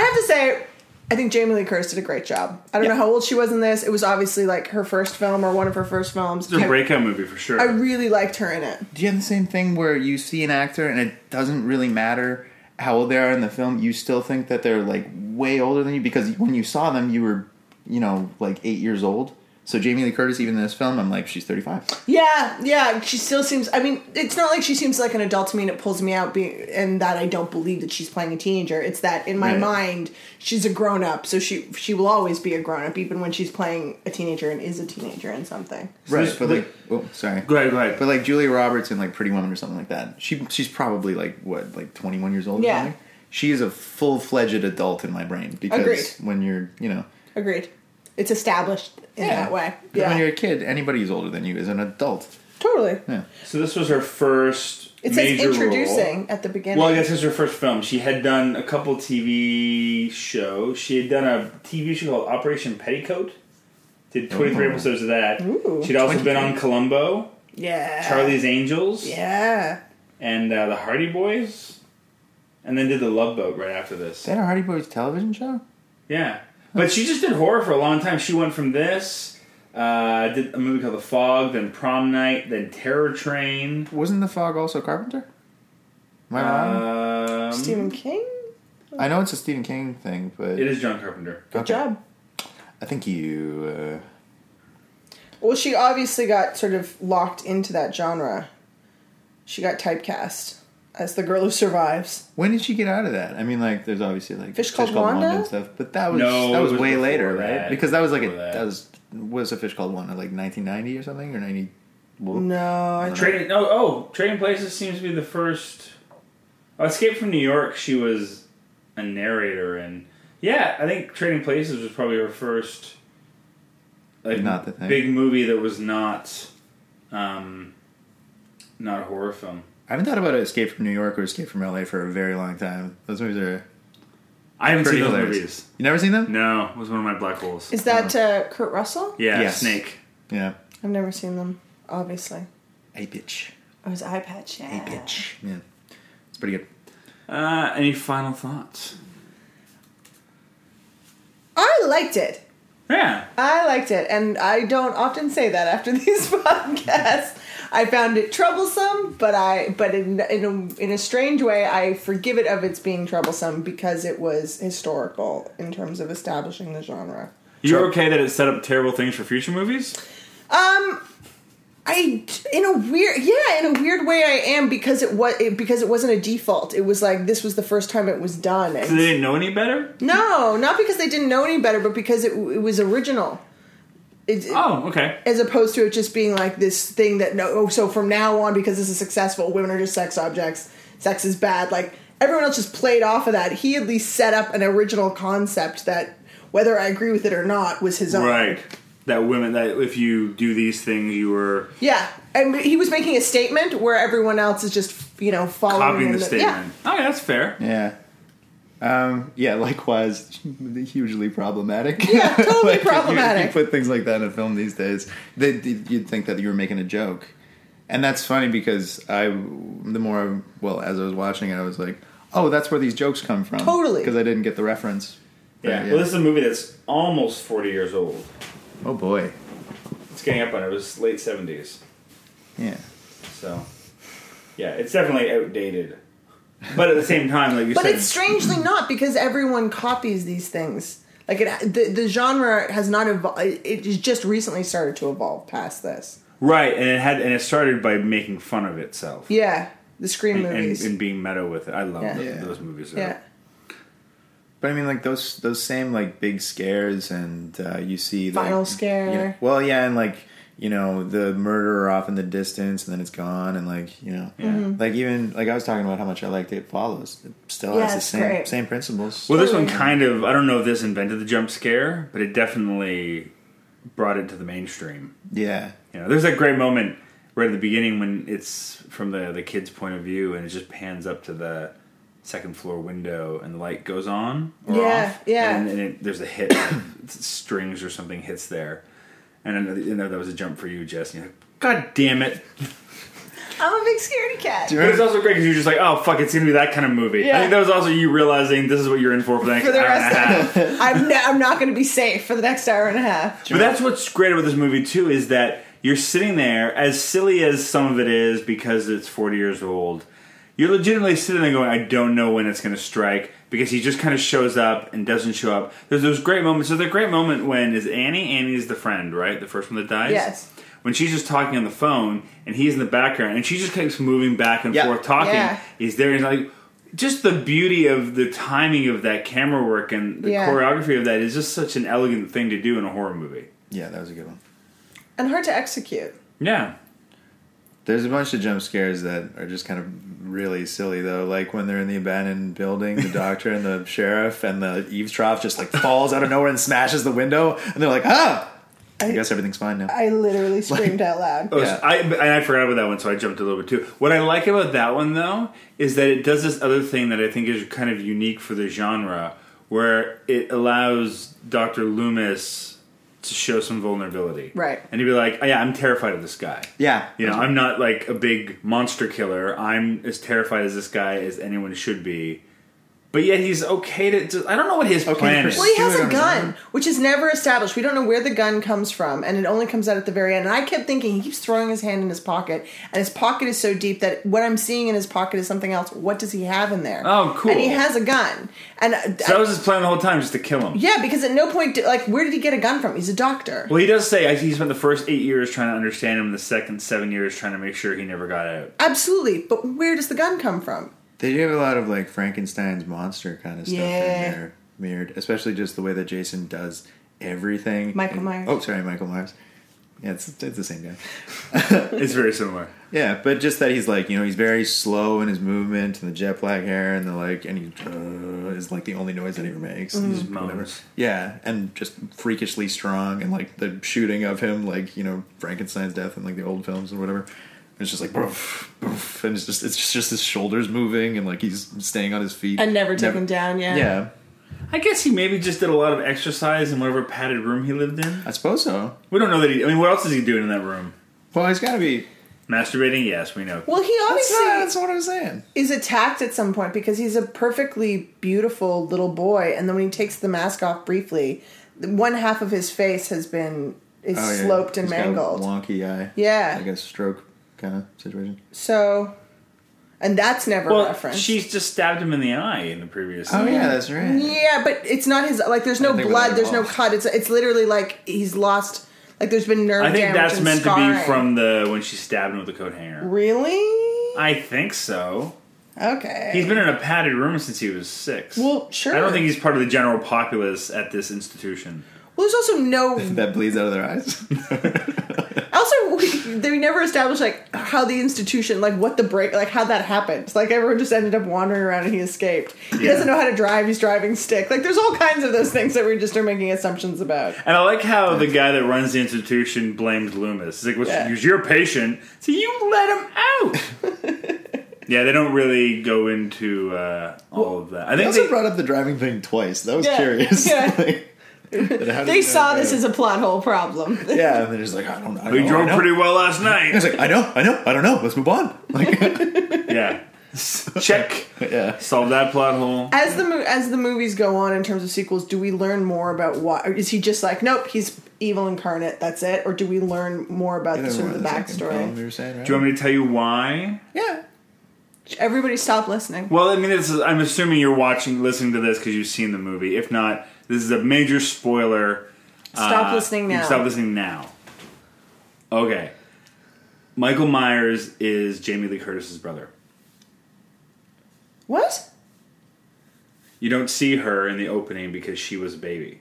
[SPEAKER 4] have to say, I think Jamie Lee Curtis did a great job. I don't know how old she was in this. It was obviously like her first film or one of her first films.
[SPEAKER 2] It's a
[SPEAKER 4] I,
[SPEAKER 2] breakout movie for sure.
[SPEAKER 4] I really liked her in it.
[SPEAKER 3] Do you have the same thing where you see an actor and it doesn't really matter how old they are in the film? You still think that they're like way older than you because when you saw them, you were, you know, like eight years old. So Jamie Lee Curtis, even in this film, I'm like, she's 35.
[SPEAKER 4] Yeah, yeah. She still seems. I mean, it's not like she seems like an adult to me, and it pulls me out. Be, and that I don't believe that she's playing a teenager. It's that in my
[SPEAKER 3] Right.
[SPEAKER 4] mind, she's a grown up, so she she will always be a grown up, even when she's playing a teenager and is a teenager in something.
[SPEAKER 3] Right,
[SPEAKER 2] this-
[SPEAKER 3] but like, oh, sorry.
[SPEAKER 2] go ahead. Go ahead.
[SPEAKER 3] But like Julia Roberts in like Pretty Woman or something like that. She she's probably like what, like 21 years old. or
[SPEAKER 4] Yeah.
[SPEAKER 3] something? She is a full fledged adult in my brain because
[SPEAKER 4] Agreed.
[SPEAKER 3] when you're, you know,
[SPEAKER 4] Agreed. It's established in that way.
[SPEAKER 3] But
[SPEAKER 4] Yeah,
[SPEAKER 3] When you're a kid, anybody who's older than you is an adult.
[SPEAKER 4] totally.
[SPEAKER 2] So this was her first.
[SPEAKER 4] It says
[SPEAKER 2] major
[SPEAKER 4] introducing
[SPEAKER 2] Role.
[SPEAKER 4] at the beginning.
[SPEAKER 2] Well, I guess this was her first film. She had done a couple TV shows. She had done a TV show called Operation Petticoat. Did 23 episodes of that.
[SPEAKER 4] Oh. Ooh.
[SPEAKER 2] She'd also been on Columbo.
[SPEAKER 4] Yeah.
[SPEAKER 2] Charlie's Angels,
[SPEAKER 4] Yeah.
[SPEAKER 2] and uh, the Hardy Boys, and then did the Love Boat right after this.
[SPEAKER 3] Is that a Hardy Boys television show?
[SPEAKER 2] Yeah, but she just did horror for a long time. She went from this, uh, did a movie called The Fog, then Prom Night, then Terror Train.
[SPEAKER 3] Wasn't The Fog also Carpenter? Am I wrong?
[SPEAKER 2] Um,
[SPEAKER 4] Stephen King.
[SPEAKER 3] I know it's a Stephen King thing, but
[SPEAKER 2] It is John Carpenter.
[SPEAKER 4] Good job.
[SPEAKER 3] I think you. uh,
[SPEAKER 4] Well, she obviously got sort of locked into that genre. She got typecast as the girl who survives.
[SPEAKER 3] Uh, when did she get out of that? I mean, like, there's obviously like
[SPEAKER 4] Fish Called Wanda?
[SPEAKER 3] and stuff, but that was
[SPEAKER 2] No,
[SPEAKER 3] that
[SPEAKER 2] it
[SPEAKER 3] was,
[SPEAKER 2] was
[SPEAKER 3] way
[SPEAKER 2] before
[SPEAKER 3] later,
[SPEAKER 2] that.
[SPEAKER 3] right? Because that was like a
[SPEAKER 2] Before that.
[SPEAKER 3] that. was was a Fish Called Wanda like 1990 or something or 90. Well,
[SPEAKER 2] Mm,
[SPEAKER 4] No, I think
[SPEAKER 2] Trading. Oh, oh, Trading Places seems to be the first. Oh, Escape from New York. She was a narrator, and yeah, I think Trading Places was probably her first, like,
[SPEAKER 3] Not the thing.
[SPEAKER 2] big movie that was not, um, not a horror film.
[SPEAKER 3] I haven't thought about Escape from New York or Escape from LA for a very long time. Those movies are
[SPEAKER 2] I haven't
[SPEAKER 3] pretty
[SPEAKER 2] seen those
[SPEAKER 3] hilarious.
[SPEAKER 2] movies.
[SPEAKER 3] You never seen them?
[SPEAKER 2] No, it was one of my black holes.
[SPEAKER 4] is that uh, Kurt Russell?
[SPEAKER 2] yeah,
[SPEAKER 3] Yes.
[SPEAKER 2] Snake.
[SPEAKER 3] Yeah.
[SPEAKER 4] I've never seen them. Obviously,
[SPEAKER 3] A bitch.
[SPEAKER 4] I was eye patch. Yeah.
[SPEAKER 3] Bitch. Yeah. It's pretty good.
[SPEAKER 2] Uh, any final thoughts?
[SPEAKER 4] I liked it.
[SPEAKER 2] Yeah,
[SPEAKER 4] I liked it, and I don't often say that after (laughs) these podcasts. I found it troublesome, but I but in in a, in a strange way, I forgive it of its being troublesome because it was historical in terms of establishing the genre.
[SPEAKER 2] you're okay that it set up terrible things for future movies.
[SPEAKER 4] Um, I in a weird yeah in a weird way I am because it was it, because it wasn't a default. It was like this was the first time it was done.
[SPEAKER 2] They
[SPEAKER 4] And,
[SPEAKER 2] didn't know any better.
[SPEAKER 4] no, not because they didn't know any better, but because it it was original. It, it-
[SPEAKER 2] Oh, okay.
[SPEAKER 4] as opposed to it just being like this thing that no oh, so from now on because this is successful women are just sex objects sex is bad like everyone else just played off of that he at least set up an original concept that whether i agree with it or not was his own
[SPEAKER 2] Right. That women that if you do these things you were
[SPEAKER 4] yeah and he was making a statement where everyone else is just you know following
[SPEAKER 2] copying
[SPEAKER 4] in
[SPEAKER 2] the
[SPEAKER 4] yeah
[SPEAKER 2] statement. Oh yeah, that's fair.
[SPEAKER 3] Yeah. Um, yeah, likewise, (laughs) hugely problematic. (laughs)
[SPEAKER 4] Yeah, totally
[SPEAKER 3] if you-
[SPEAKER 4] problematic.
[SPEAKER 3] If you put things like that in a film these days, they, you'd think that you were making a joke. And that's funny because I, the more, I, well, as I was watching it, I was like, oh, that's where these jokes come from.
[SPEAKER 4] Totally.
[SPEAKER 3] Because I didn't get the reference. But
[SPEAKER 2] Yeah. Well this is a movie that's almost forty years old.
[SPEAKER 3] oh, boy.
[SPEAKER 2] It's getting up on it, it was late seventies.
[SPEAKER 3] Yeah.
[SPEAKER 2] So yeah, it's definitely outdated. But at the same time, like you
[SPEAKER 4] but
[SPEAKER 2] said
[SPEAKER 4] it's strangely
[SPEAKER 2] Mm-hmm.
[SPEAKER 4] not because everyone copies these things like it, the, the genre has not evolved it has just recently started to evolve past this
[SPEAKER 2] Right, and it had and it started by making fun of itself.
[SPEAKER 4] yeah the scream
[SPEAKER 2] And, and,
[SPEAKER 4] movies
[SPEAKER 2] and being meta with it. I love
[SPEAKER 4] Yeah.
[SPEAKER 2] tho-
[SPEAKER 3] Yeah.
[SPEAKER 2] those movies. though.
[SPEAKER 4] yeah
[SPEAKER 3] But I mean, like those those same like big scares, and uh, you see like,
[SPEAKER 4] Final scare.
[SPEAKER 3] you know- well, yeah, and like you know the murderer off in the distance, and then it's gone, and like you know,
[SPEAKER 4] Mm-hmm.
[SPEAKER 3] like even like I was talking about how much I liked it follows. It still
[SPEAKER 4] Yeah,
[SPEAKER 3] has the
[SPEAKER 4] it's
[SPEAKER 3] same
[SPEAKER 4] great.
[SPEAKER 3] same principles.
[SPEAKER 2] Well, this one kind of, I don't know if this invented the jump scare, but it definitely brought it to the mainstream.
[SPEAKER 3] yeah,
[SPEAKER 2] You know, there's that great moment right at the beginning when it's from the the kid's point of view, and it just pans up to the second floor window, and the light goes on or
[SPEAKER 4] Yeah,
[SPEAKER 2] off.
[SPEAKER 4] yeah.
[SPEAKER 2] And, and it, there's a hit, (coughs) strings or something hits there, and I know, you know that was a jump for you, Jess. And you're like, God damn it!
[SPEAKER 4] I'm a big scaredy cat.
[SPEAKER 2] But it's also great because you're just like, oh fuck, it's gonna be that kind of movie. I
[SPEAKER 4] Yeah.
[SPEAKER 2] think that was also you realizing this is what you're in for for the next
[SPEAKER 4] For the
[SPEAKER 2] hour
[SPEAKER 4] rest
[SPEAKER 2] and a half.
[SPEAKER 4] I'm, n I'm not going to be safe for the next hour and a half.
[SPEAKER 2] But that's what's great about this movie too is that you're sitting there, as silly as some of it is because it's 40 years old. You're legitimately sitting there going, I don't know when it's going to strike because he just kind of shows up and doesn't show up. There's those great moments. There's a great moment when is Annie. Annie's the friend, right? The first one that dies.
[SPEAKER 4] Yes.
[SPEAKER 2] When she's just talking on the phone and he's in the background and she just keeps moving back and
[SPEAKER 3] Yeah.
[SPEAKER 2] forth talking.
[SPEAKER 4] Yeah.
[SPEAKER 2] He's there. He's like, just the beauty of the timing of that camera work and the
[SPEAKER 4] Yeah.
[SPEAKER 2] choreography of that is just such an elegant thing to do in a horror movie.
[SPEAKER 3] yeah, that was a good one.
[SPEAKER 4] And hard to execute.
[SPEAKER 2] Yeah.
[SPEAKER 3] There's a bunch of jump scares that are just kind of really silly though, like when they're in the abandoned building, the doctor and the sheriff and the eaves trough just like falls out of nowhere and smashes the window, and they're like, ah. I guess everything's fine now.
[SPEAKER 4] I literally screamed out loud.
[SPEAKER 2] Oh,
[SPEAKER 3] Yeah.
[SPEAKER 2] so I and I forgot about that one, so I jumped a little bit too. What I like about that one though is that it does this other thing that I think is kind of unique for the genre, where it allows Doctor Loomis to show some vulnerability.
[SPEAKER 4] Right.
[SPEAKER 2] And he'd be like, oh, yeah, I'm terrified of this guy.
[SPEAKER 3] Yeah.
[SPEAKER 2] You know, I'm not like a big monster killer. I'm as terrified as this guy as anyone should be. But yet he's okay to. Just, I don't know what his
[SPEAKER 3] Okay
[SPEAKER 2] plan
[SPEAKER 3] to
[SPEAKER 2] is.
[SPEAKER 4] Well, he
[SPEAKER 3] Do
[SPEAKER 4] has
[SPEAKER 3] it
[SPEAKER 4] a
[SPEAKER 3] on his
[SPEAKER 4] gun,
[SPEAKER 3] own.
[SPEAKER 4] which is never established. We don't know where the gun comes from, and it only comes out at the very end. And I kept thinking he keeps throwing his hand in his pocket, and his pocket is so deep that what I'm seeing in his pocket is something else. What does he have in there?
[SPEAKER 2] Oh, cool.
[SPEAKER 4] And he has a gun, and uh,
[SPEAKER 2] So that was his plan the whole time, just to kill him.
[SPEAKER 4] yeah, because at no point, did- like, where did he get a gun from? He's a doctor.
[SPEAKER 2] Well, he does say he spent the first eight years trying to understand him, the second seven years trying to make sure he never got out.
[SPEAKER 4] Absolutely, but where does the gun come from?
[SPEAKER 3] They do have a lot of like Frankenstein's monster kind of stuff
[SPEAKER 4] Yeah.
[SPEAKER 3] in there mirrored, especially just the way that Jason does everything.
[SPEAKER 4] Michael
[SPEAKER 3] And-
[SPEAKER 4] Myers.
[SPEAKER 3] Oh, sorry, Michael Myers. Yeah, it's, it's the same guy.
[SPEAKER 2] It's very similar.
[SPEAKER 3] Yeah, but just that he's like, you know, he's very slow in his movement and the jet black hair and the like, and he uh, is like the only noise that he ever makes.
[SPEAKER 4] Mm-hmm.
[SPEAKER 3] He's just (laughs) whatever.
[SPEAKER 2] Moans.
[SPEAKER 3] Yeah, and just freakishly strong and like the shooting of him, like, you know, Frankenstein's death and like the old films and whatever. It's just like, "Broof, broof," and it's just it's just, just his shoulders moving and like he's staying on his feet
[SPEAKER 4] And never taken down. Yeah.
[SPEAKER 3] Yeah,
[SPEAKER 2] I guess he maybe just did a lot of exercise in whatever padded room he lived in.
[SPEAKER 3] I suppose so.
[SPEAKER 2] We don't know that he. I mean, what else is he doing in that room?
[SPEAKER 3] Well, he's got to be.
[SPEAKER 2] Masturbating? Yes, we know.
[SPEAKER 4] Well, he
[SPEAKER 3] That's,
[SPEAKER 4] obviously
[SPEAKER 3] not, that's what I'm saying.
[SPEAKER 4] is attacked at some point because he's a perfectly beautiful little boy, and then when he takes the mask off briefly, the- one half of his face has been is
[SPEAKER 3] Oh, yeah.
[SPEAKER 4] sloped and
[SPEAKER 3] He's got a
[SPEAKER 4] mangled.
[SPEAKER 3] wonky eye.
[SPEAKER 4] Yeah.
[SPEAKER 3] like a stroke kind of situation.
[SPEAKER 4] so, and that's never
[SPEAKER 2] Well,
[SPEAKER 4] referenced.
[SPEAKER 2] she's just stabbed him in the eye in the previous.
[SPEAKER 3] Oh
[SPEAKER 2] scene.
[SPEAKER 3] yeah, that's right.
[SPEAKER 4] yeah, but it's not his. Like, there's no
[SPEAKER 3] I think without
[SPEAKER 4] blood. There's no
[SPEAKER 3] involved.
[SPEAKER 4] cut. It's it's literally like he's lost. Like, there's been nerve.
[SPEAKER 2] I think
[SPEAKER 4] damage
[SPEAKER 2] that's
[SPEAKER 4] and
[SPEAKER 2] meant to
[SPEAKER 4] scarring.
[SPEAKER 2] be from the when she stabbed him with the coat hanger.
[SPEAKER 4] Really?
[SPEAKER 2] I think so.
[SPEAKER 4] Okay.
[SPEAKER 2] He's been in a padded room since he was six.
[SPEAKER 4] Well, sure.
[SPEAKER 2] I don't think he's part of the general populace at this institution.
[SPEAKER 4] Well, there's also no
[SPEAKER 3] That bleeds out of their
[SPEAKER 4] (laughs)
[SPEAKER 3] eyes.
[SPEAKER 4] Also, we- (laughs) they never established like how the institution, like what the break, like how that happened. Like everyone just ended up wandering around and he escaped. He
[SPEAKER 2] Yeah.
[SPEAKER 4] doesn't know how to drive. He's driving stick. Like there's all kinds of those things that we just are making assumptions about.
[SPEAKER 2] And I like how the guy that runs the institution blames Loomis. He's like, well,
[SPEAKER 4] Yeah.
[SPEAKER 2] he's your patient, so you let him out.
[SPEAKER 4] (laughs)
[SPEAKER 2] yeah, they don't really go into uh, all of that. I
[SPEAKER 3] They
[SPEAKER 2] think
[SPEAKER 3] also
[SPEAKER 2] they,
[SPEAKER 3] brought up the driving thing twice. That was
[SPEAKER 4] Yeah,
[SPEAKER 3] curious.
[SPEAKER 4] yeah.
[SPEAKER 3] (laughs)
[SPEAKER 4] (laughs)
[SPEAKER 3] Like, and how did
[SPEAKER 4] They
[SPEAKER 3] you
[SPEAKER 4] saw
[SPEAKER 3] know
[SPEAKER 4] this
[SPEAKER 3] that?
[SPEAKER 4] as a plot hole problem. (laughs)
[SPEAKER 3] yeah, and they're just like, I don't, I don't
[SPEAKER 2] we
[SPEAKER 3] know. I
[SPEAKER 2] drove
[SPEAKER 3] know.
[SPEAKER 2] pretty well last
[SPEAKER 3] I was
[SPEAKER 2] night.
[SPEAKER 3] like, I know, I know, I don't know. Let's
[SPEAKER 2] (laughs)
[SPEAKER 3] move on. Like,
[SPEAKER 2] yeah. Check.
[SPEAKER 3] (laughs) yeah,
[SPEAKER 2] Solve that plot hole.
[SPEAKER 4] As the mo- as the movies go on in terms of sequels, do we learn more about why? Or is he just like, nope, he's evil incarnate. That's it. Or do we learn more about the, sort of the
[SPEAKER 3] We
[SPEAKER 4] backstory?
[SPEAKER 3] were saying, right?
[SPEAKER 2] Do you want me to tell you why?
[SPEAKER 4] Yeah. Everybody, stop listening.
[SPEAKER 2] Well, I mean, this is, I'm assuming you're watching, listening to this because you've seen the movie. If not, this is a major spoiler.
[SPEAKER 4] Stop
[SPEAKER 2] Uh,
[SPEAKER 4] listening
[SPEAKER 2] you
[SPEAKER 4] now.
[SPEAKER 2] Stop listening now. Okay. Michael Myers is Jamie Lee Curtis's brother.
[SPEAKER 4] What?
[SPEAKER 2] You don't see her in the opening because she was a baby.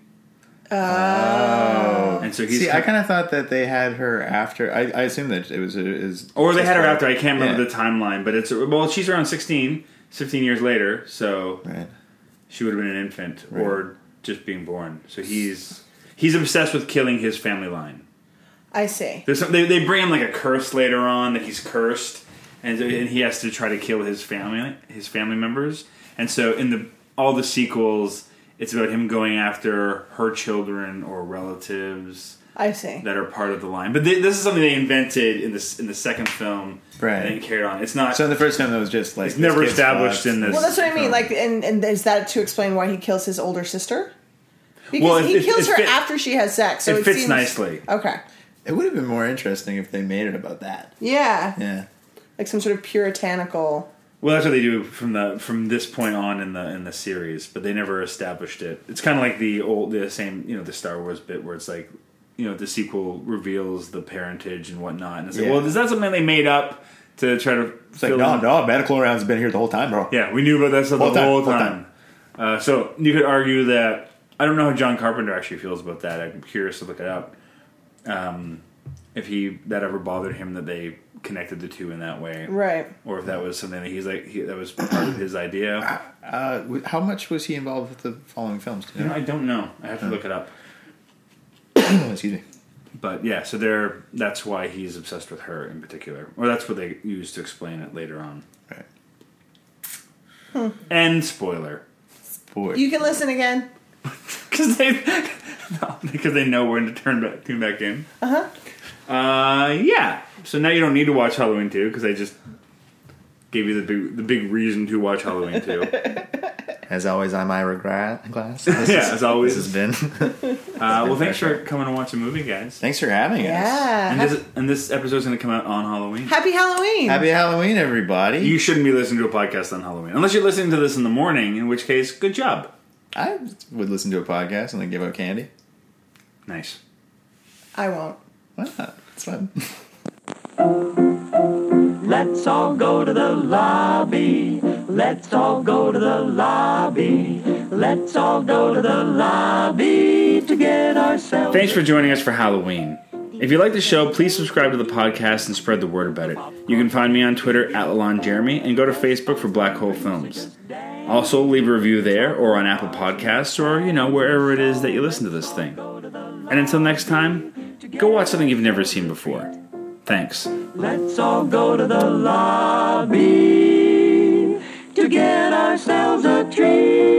[SPEAKER 2] Oh. And so he's
[SPEAKER 3] See, I kind of thought that they had her after. I, I assumed that it was is
[SPEAKER 2] or they had her after. I can't remember
[SPEAKER 3] Yeah.
[SPEAKER 2] the timeline, but it's well, she's around 16, 15 years later, so
[SPEAKER 3] Right.
[SPEAKER 2] she would have been an infant or just being born. So he's he's obsessed with killing his family line.
[SPEAKER 4] I see.
[SPEAKER 2] There's some, they, they bring him like a curse later on that he's cursed, and, and he has to try to kill his family his family members. And so in the all the sequels, it's about him going after her children or relatives
[SPEAKER 4] I see.
[SPEAKER 2] that are part of the line. But th- this is something they invented in this in the second film,
[SPEAKER 3] Right.
[SPEAKER 2] And then carried on. It's not.
[SPEAKER 3] So in the first time, that was just like
[SPEAKER 2] it's never
[SPEAKER 3] this kid's
[SPEAKER 2] established
[SPEAKER 3] lost.
[SPEAKER 2] in this.
[SPEAKER 4] Well, that's what I mean.
[SPEAKER 2] film.
[SPEAKER 4] Like, and, and is that to explain why he kills his older sister? Because
[SPEAKER 2] Well, it-
[SPEAKER 4] he
[SPEAKER 2] it-
[SPEAKER 4] kills
[SPEAKER 2] it
[SPEAKER 4] her
[SPEAKER 2] fit-
[SPEAKER 4] after she has sex, so
[SPEAKER 2] it
[SPEAKER 4] it,
[SPEAKER 2] fits
[SPEAKER 4] seems-
[SPEAKER 2] nicely.
[SPEAKER 4] Okay,
[SPEAKER 3] It would have been more interesting if they made it about that.
[SPEAKER 4] yeah.
[SPEAKER 3] Yeah.
[SPEAKER 4] like some sort of puritanical.
[SPEAKER 2] Well, that's what they do from the from this point on in the in the series, but they never established it. It's kind of like the old the same you know the Star Wars bit where it's like you know the sequel reveals the parentage and whatnot, and it's like,
[SPEAKER 3] Yeah.
[SPEAKER 2] well, is that something they made up to try to?
[SPEAKER 3] It's like, no, no, Metachlorine's been here the whole time, bro.
[SPEAKER 2] Yeah, we knew about that stuff
[SPEAKER 3] Whole
[SPEAKER 2] the
[SPEAKER 3] time,
[SPEAKER 2] whole
[SPEAKER 3] whole
[SPEAKER 2] time. Uh, so you could argue that I don't know how John Carpenter actually feels about that. I'm curious to look it up. Um, if he that ever bothered him that they connected the two in that way,
[SPEAKER 4] Right.
[SPEAKER 2] Or if that was something that he's like he, that was part of his idea.
[SPEAKER 3] Uh, w- how much was he involved with the following films? Do you
[SPEAKER 2] You
[SPEAKER 3] know?
[SPEAKER 2] know, I don't know. I have to look it up. (clears throat)
[SPEAKER 3] Excuse me.
[SPEAKER 2] But yeah, so there. That's why he's obsessed with her in particular, or that's what they use to explain it later on.
[SPEAKER 3] Right.
[SPEAKER 2] And spoiler,
[SPEAKER 3] Boy.
[SPEAKER 2] (laughs)
[SPEAKER 4] You can listen again.
[SPEAKER 2] because they (laughs) because they know when to turn back tune back in. Uh-huh. Uh yeah. So now you don't need to watch Halloween two because I just gave you the big the big reason to watch Halloween two. (laughs)
[SPEAKER 3] As always, I'm Ira Gra- Glass.
[SPEAKER 2] yeah, as always.
[SPEAKER 3] This has been.
[SPEAKER 2] uh, well, thanks for coming and watching a movie, guys.
[SPEAKER 3] (laughs) Thanks for having us.
[SPEAKER 4] Yeah.
[SPEAKER 2] And this, and this episode's going to come out on Halloween.
[SPEAKER 4] Happy Halloween.
[SPEAKER 3] Happy Halloween, everybody.
[SPEAKER 2] You shouldn't be listening to a podcast on Halloween unless you're listening to this in the morning, in which case, good job.
[SPEAKER 3] I would listen to a podcast and then give out candy.
[SPEAKER 2] Nice.
[SPEAKER 4] I won't.
[SPEAKER 3] Why not? It's fun.
[SPEAKER 6] Let's all go to the lobby. Let's all go to the lobby. Let's all go to the lobby to get ourselves.
[SPEAKER 2] Thanks for joining us for Halloween. If you like the show, please subscribe to the podcast and spread the word about it. You can find me on Twitter at LalonJeremy and go to Facebook for Black Hole Films. Also, leave a review there or on Apple Podcasts or, you know, wherever it is that you listen to this thing. And until next time, go watch something you've never seen before. Thanks.
[SPEAKER 6] Let's all go to the lobby to get ourselves a treat.